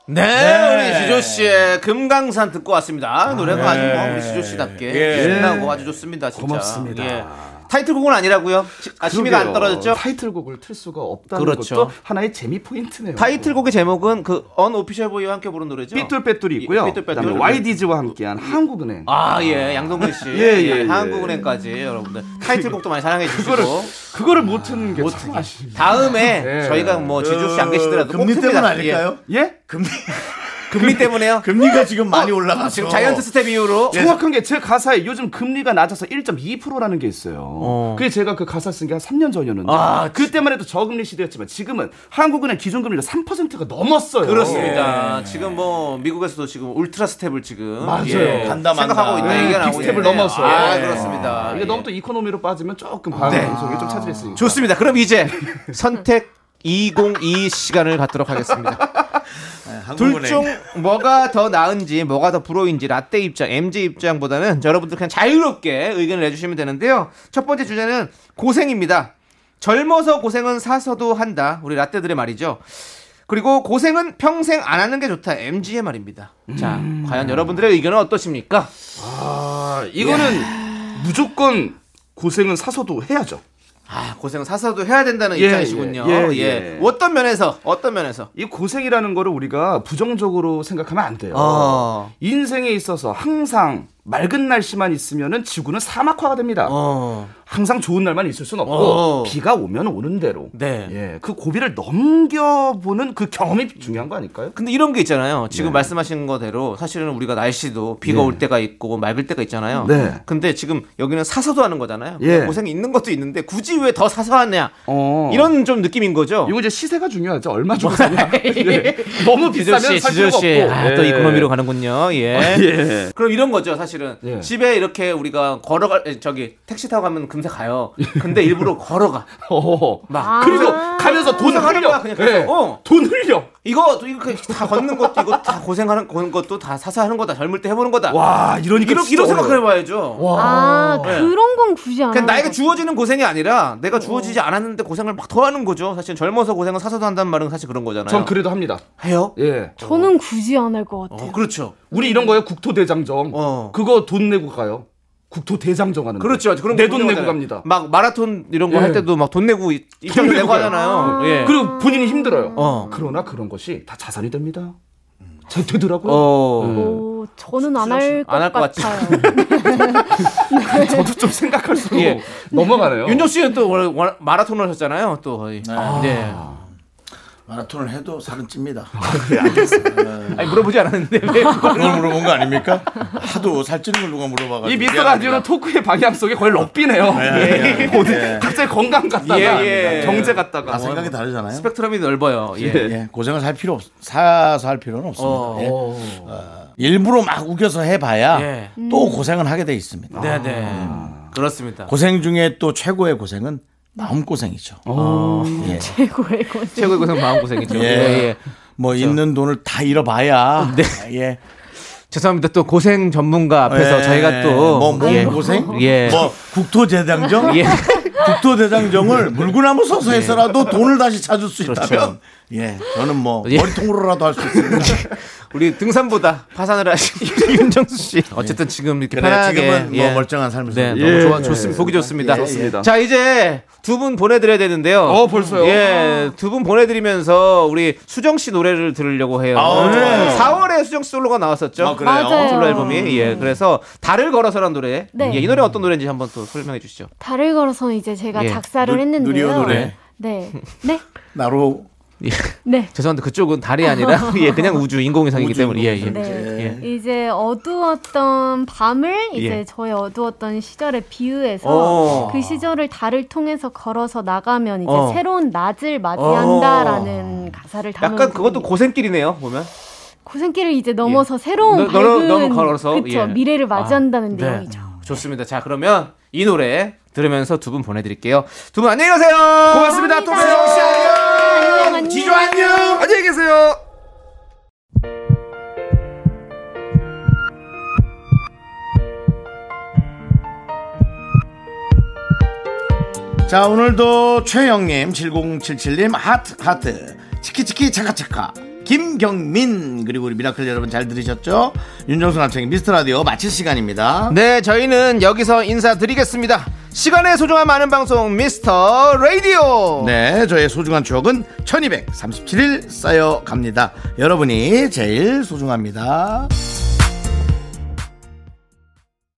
S2: 네,
S1: 네.
S2: 우리 지조 씨의 금강산 듣고 왔습니다. 아, 노래가 아주 뭐 우리 지조 씨답게
S1: 예.
S2: 신나고 아주 좋습니다. 진짜.
S6: 고맙습니다.
S2: 예. 타이틀곡은 아니라고요? 아, 심의가 안
S6: 그러게요.
S2: 떨어졌죠?
S6: 타이틀곡을 틀 수가 없다는
S2: 그렇죠.
S6: 것도 하나의 재미 포인트네요.
S2: 타이틀곡의 제목은 그 언오피셜 보이와 함께 부른 노래죠.
S6: 삐뚤빼뚤이고요.
S2: 삐뚤빼뚤.
S6: 그다음에 YDG와 함께한 한국은행.
S2: 아, 예. 양동근 씨.
S6: 예, 예, 예.
S2: 한국은행까지 여러분들 타이틀곡도 많이 사랑해 주시고
S6: 그거를 못 트는 게참 아쉽네요.
S2: 다음에
S6: 예.
S2: 저희가 뭐 지조 씨 안 계시더라도 꼭
S1: 금리 때문
S2: 틉니다.
S1: 아닐까요?
S6: 예?
S1: 금리
S2: 예. 금리 때문에요?
S1: 금리가 지금 많이 올라가서
S2: 어, 아, 지금 자이언트 스텝 이후로
S6: 정확한 게 어. 예. 제 가사에 요즘 금리가 낮아서 1.2%라는 게 있어요. 그게 제가 그 가사 쓴 게 한 3년 전이었는데
S2: 아,
S6: 그때만 해도 저금리 시대였지만 지금은 한국은행 기준금리가 3%가 넘었어요. 예.
S2: 그렇습니다. 지금 뭐 미국에서도 지금 울트라 스텝을 지금
S6: 맞아요. 네,
S2: 예,
S1: 간다, 만다.
S2: 생각하고 있다
S1: 예,
S2: 얘기가 나오고
S6: 빅스텝을
S2: 있는데.
S6: 넘어서.
S2: 아
S1: 네.
S6: 예.
S2: 그렇습니다.
S6: 이게
S2: 예. 네.
S6: 너무 또 이코노미로 빠지면 조금 방송이 좀 차질했으니까.
S2: 좋습니다. 그럼 이제 선택 202 시간을 갖도록 하겠습니다. 둘 중 뭐가 더 나은지 뭐가 더 불호인지 라떼 입장 MG 입장보다는 여러분들 그냥 자유롭게 의견을 내주시면 되는데요 첫 번째 주제는 고생입니다 젊어서 고생은 사서도 한다 우리 라떼들의 말이죠 그리고 고생은 평생 안 하는 게 좋다 MG의 말입니다 자
S6: 음.
S2: 과연 여러분들의 의견은 어떠십니까
S6: 아, 이거는 무조건 고생은 사서도 해야죠.
S2: 아 고생은 사서도 해야 된다는
S6: 예,
S2: 입장이시군요
S6: 예,
S2: 예,
S6: 예, 예.
S2: 어떤 면에서 어떤 면에서
S6: 이 고생이라는 거를 우리가 부정적으로 생각하면 그러니까 안 돼요.
S2: 어.
S6: 인생에 있어서 항상 맑은 날씨만 있으면은 지구는 사막화가 됩니다.
S2: 어
S6: 항상 좋은 날만 있을 순 없고
S2: 어.
S6: 비가 오면 오는 대로
S2: 네.
S6: 예, 그 고비를 넘겨보는 그 경험이 중요한 거 아닐까요?
S2: 근데 이런 게 있잖아요. 지금
S6: 네.
S2: 말씀하신 거대로 사실은 우리가 날씨도 비가 올 때가 있고 맑을 때가 있잖아요.
S6: 네.
S2: 근데 지금 여기는 사서도 하는 거잖아요.
S6: 예.
S2: 고생이 있는 것도 있는데 굳이 왜 더 사서 하냐.
S6: 어.
S2: 이런 좀 느낌인 거죠.
S6: 이거 이제 시세가 중요하죠. 얼마 주고 사냐? 예. 너무
S2: 지조
S6: 비싸면
S2: 씨,
S6: 살
S2: 지조
S6: 필요가
S2: 씨,
S6: 없고
S2: 아, 또 이코노미로 가는군요. 예.
S6: 예.
S2: 그럼 이런 거죠. 사실은
S6: 예.
S2: 집에 이렇게 우리가 걸어가 에, 저기 택시 타고 가면 금세 가요. 근데 일부러 걸어가.
S6: 어허.
S2: 막
S6: 그리고
S5: 아.
S6: 가면서 돈
S2: 고생하는
S6: 흘려.
S2: 거야, 그냥 계속.
S6: 예.
S2: 어.
S6: 돈 흘려.
S2: 이거 또 이렇게 다 걷는 것도 이거 다 고생하는 걷는 것도 다 사서 하는 거다. 젊을 때 해보는 거다.
S6: 와, 아, 이러니까
S2: 이렇게
S6: 진짜
S2: 이런 생각을
S6: 어려워.
S2: 해봐야죠.
S5: 아,
S2: 네.
S5: 그런 건 굳이 안.
S2: 그냥
S5: 하는
S2: 나이가
S5: 거.
S2: 주어지는 고생이 아니라 내가 주어지지 않았는데 고생을 막 더하는 거죠. 사실 젊어서 고생을 사서도 한다는 말은 사실 그런 거잖아요.
S6: 전 그래도 예. 합니다.
S2: 해요?
S6: 예.
S5: 저는 굳이 안 할 것 같아요.
S2: 어, 그렇죠.
S6: 우리 이런 거요 국토대장정.
S2: 어.
S6: 그거 돈 내고 가요. 국토대장정 하는.
S2: 그렇죠. 그런 거
S6: 내돈
S2: 보는
S6: 내고
S2: 거잖아요.
S6: 갑니다.
S2: 막 마라톤 이런 거
S6: 예.
S2: 할 때도 막 돈 내고 이- 입장
S6: 돈 내고
S2: 내고
S6: 가요.
S2: 하잖아요. 예.
S6: 그리고 본인이 힘들어요.
S2: 어.
S6: 그러나 그런 것이 다 자산이 됩니다. 잘 되더라고요.
S2: 어.
S6: 음.
S5: 오, 저는 안 할 것
S2: 안할것 같지.
S5: 같아요.
S6: 저도 좀 생각할수록
S2: 예.
S6: 넘어가네요.
S2: 윤정 씨는 또 원래 원- 마라톤을 하셨잖아요. 또 거의. 네.
S6: 아,
S1: 마라톤을 해도 살은 찝니다. 네.
S2: 아니 물어보지 않았는데 왜 그걸-
S1: 그걸 물어본 거 아닙니까? 하도 살찌는 걸 누가 물어봐가지고.
S6: 이 미스터 라디오는 토크의 방향 속에 거의 럭비네요.
S1: 예, 예.
S6: 모든-
S1: 예.
S6: 갑자기 건강 갔다가
S2: 예, 예.
S6: 경제 갔다가
S1: 다 생각이 다르잖아요.
S2: 스펙트럼이 넓어요. 예.
S1: 예, 고생을 할 필요 없, 사서 할 필요는 없습니다.
S2: 어.
S1: 예. 어, 일부러 막 우겨서 해봐야
S2: 예.
S1: 또 고생을 하게 돼 있습니다.
S2: 네, 네.
S6: 아.
S2: 그렇습니다.
S1: 고생 중에 또 최고의 고생은 마음 고생이죠.
S2: 어,
S1: 예.
S5: 최고의 것.
S2: 최고의 고생 마음 고생이죠.
S1: 예.
S2: 예. 예.
S1: 뭐 있는 돈을 다 잃어봐야.
S2: 네.
S1: 예.
S2: 죄송합니다. 또 고생 전문가 앞에서
S1: 예.
S2: 저희가 또
S1: 뭐, 몸
S2: 예.
S1: 고생,
S2: 예.
S1: 뭐 국토재장정,
S2: 예.
S1: 국토대장정을 물구나무 서서 해서라도 돈을 다시 찾을 수 있다면 예 저는 뭐
S2: 그렇죠. 예.
S1: 머리통으로라도 할 수 있습니다
S2: 우리 등산보다 파산을 하신 윤정수 씨. 어쨌든 지금 이렇게
S1: 그래
S2: 편하게
S1: 지금은
S2: 예.
S1: 뭐 멀쩡한 삶을
S2: 네,
S1: 살고
S2: 너무 좋아, 좋습니다. 보기
S1: 예,
S2: 좋습니다.
S6: 좋습니다.
S2: 자, 이제 두 분 보내드려야 되는데요.
S6: 어, 벌써요?
S2: 예, 두 분 보내드리면서 우리 수정 씨 노래를 들으려고 해요.
S1: 아, 네.
S2: 4월에 수정 씨 솔로가 나왔었죠.
S1: 아, 그래요? 음.
S5: 맞아요.
S2: 솔로 앨범이. 예, 그래서 달을 걸어서란 노래.
S5: 네.
S2: 예, 이 노래 어떤 노래인지 한번 또 설명해 주시죠.
S5: 달을 걸어서 이제 제가
S2: 예.
S5: 작사를
S1: 누-
S5: 했는데요.
S1: 누리호 노래.
S5: 네, 네,
S1: 나로
S2: 예.
S5: 네.
S2: 죄송한데 그쪽은 달이 아니라 예, 그냥 우주 인공위성이기
S1: 우주
S2: 때문에. 예, 예.
S1: 인공위성.
S5: 네. 이제 어두웠던 밤을 이제
S2: 예.
S5: 저의 어두웠던 시절에 비유해서
S2: 어.
S5: 그 시절을 달을 통해서 걸어서 나가면 이제
S2: 어.
S5: 새로운 낮을 맞이한다라는 가사를 담은
S2: 약간 그것도
S5: 곡입니다.
S2: 고생길이네요, 보면.
S5: 고생길을 이제 넘어서
S2: 너-
S5: 새로운
S2: 너로-
S5: 밝은
S2: 너무 걸어서,
S5: 그쵸
S2: 예.
S5: 미래를 맞이한다는
S2: 네.
S5: 내용이죠.
S2: 좋습니다. 자, 그러면 이 노래 들으면서 두 분 보내드릴게요. 두 분 안녕히 가세요. 고맙습니다. 또 봬요.
S5: 안녕 안녕.
S1: 지조 안녕
S6: 안녕히 계세요.
S1: 자 오늘도 최영님 7077님 하트 하트 치키치키 차카차카 김경민 그리고 우리 미라클 여러분 잘 들으셨죠 윤정수 남창의 미스터라디오 마칠 시간입니다
S2: 네, 저희는 여기서 인사드리겠습니다. 시간의 소중함 많은 방송 미스터 라디오.
S1: 네, 저의 소중한 추억은 1237일 쌓여갑니다. 여러분이 제일 소중합니다.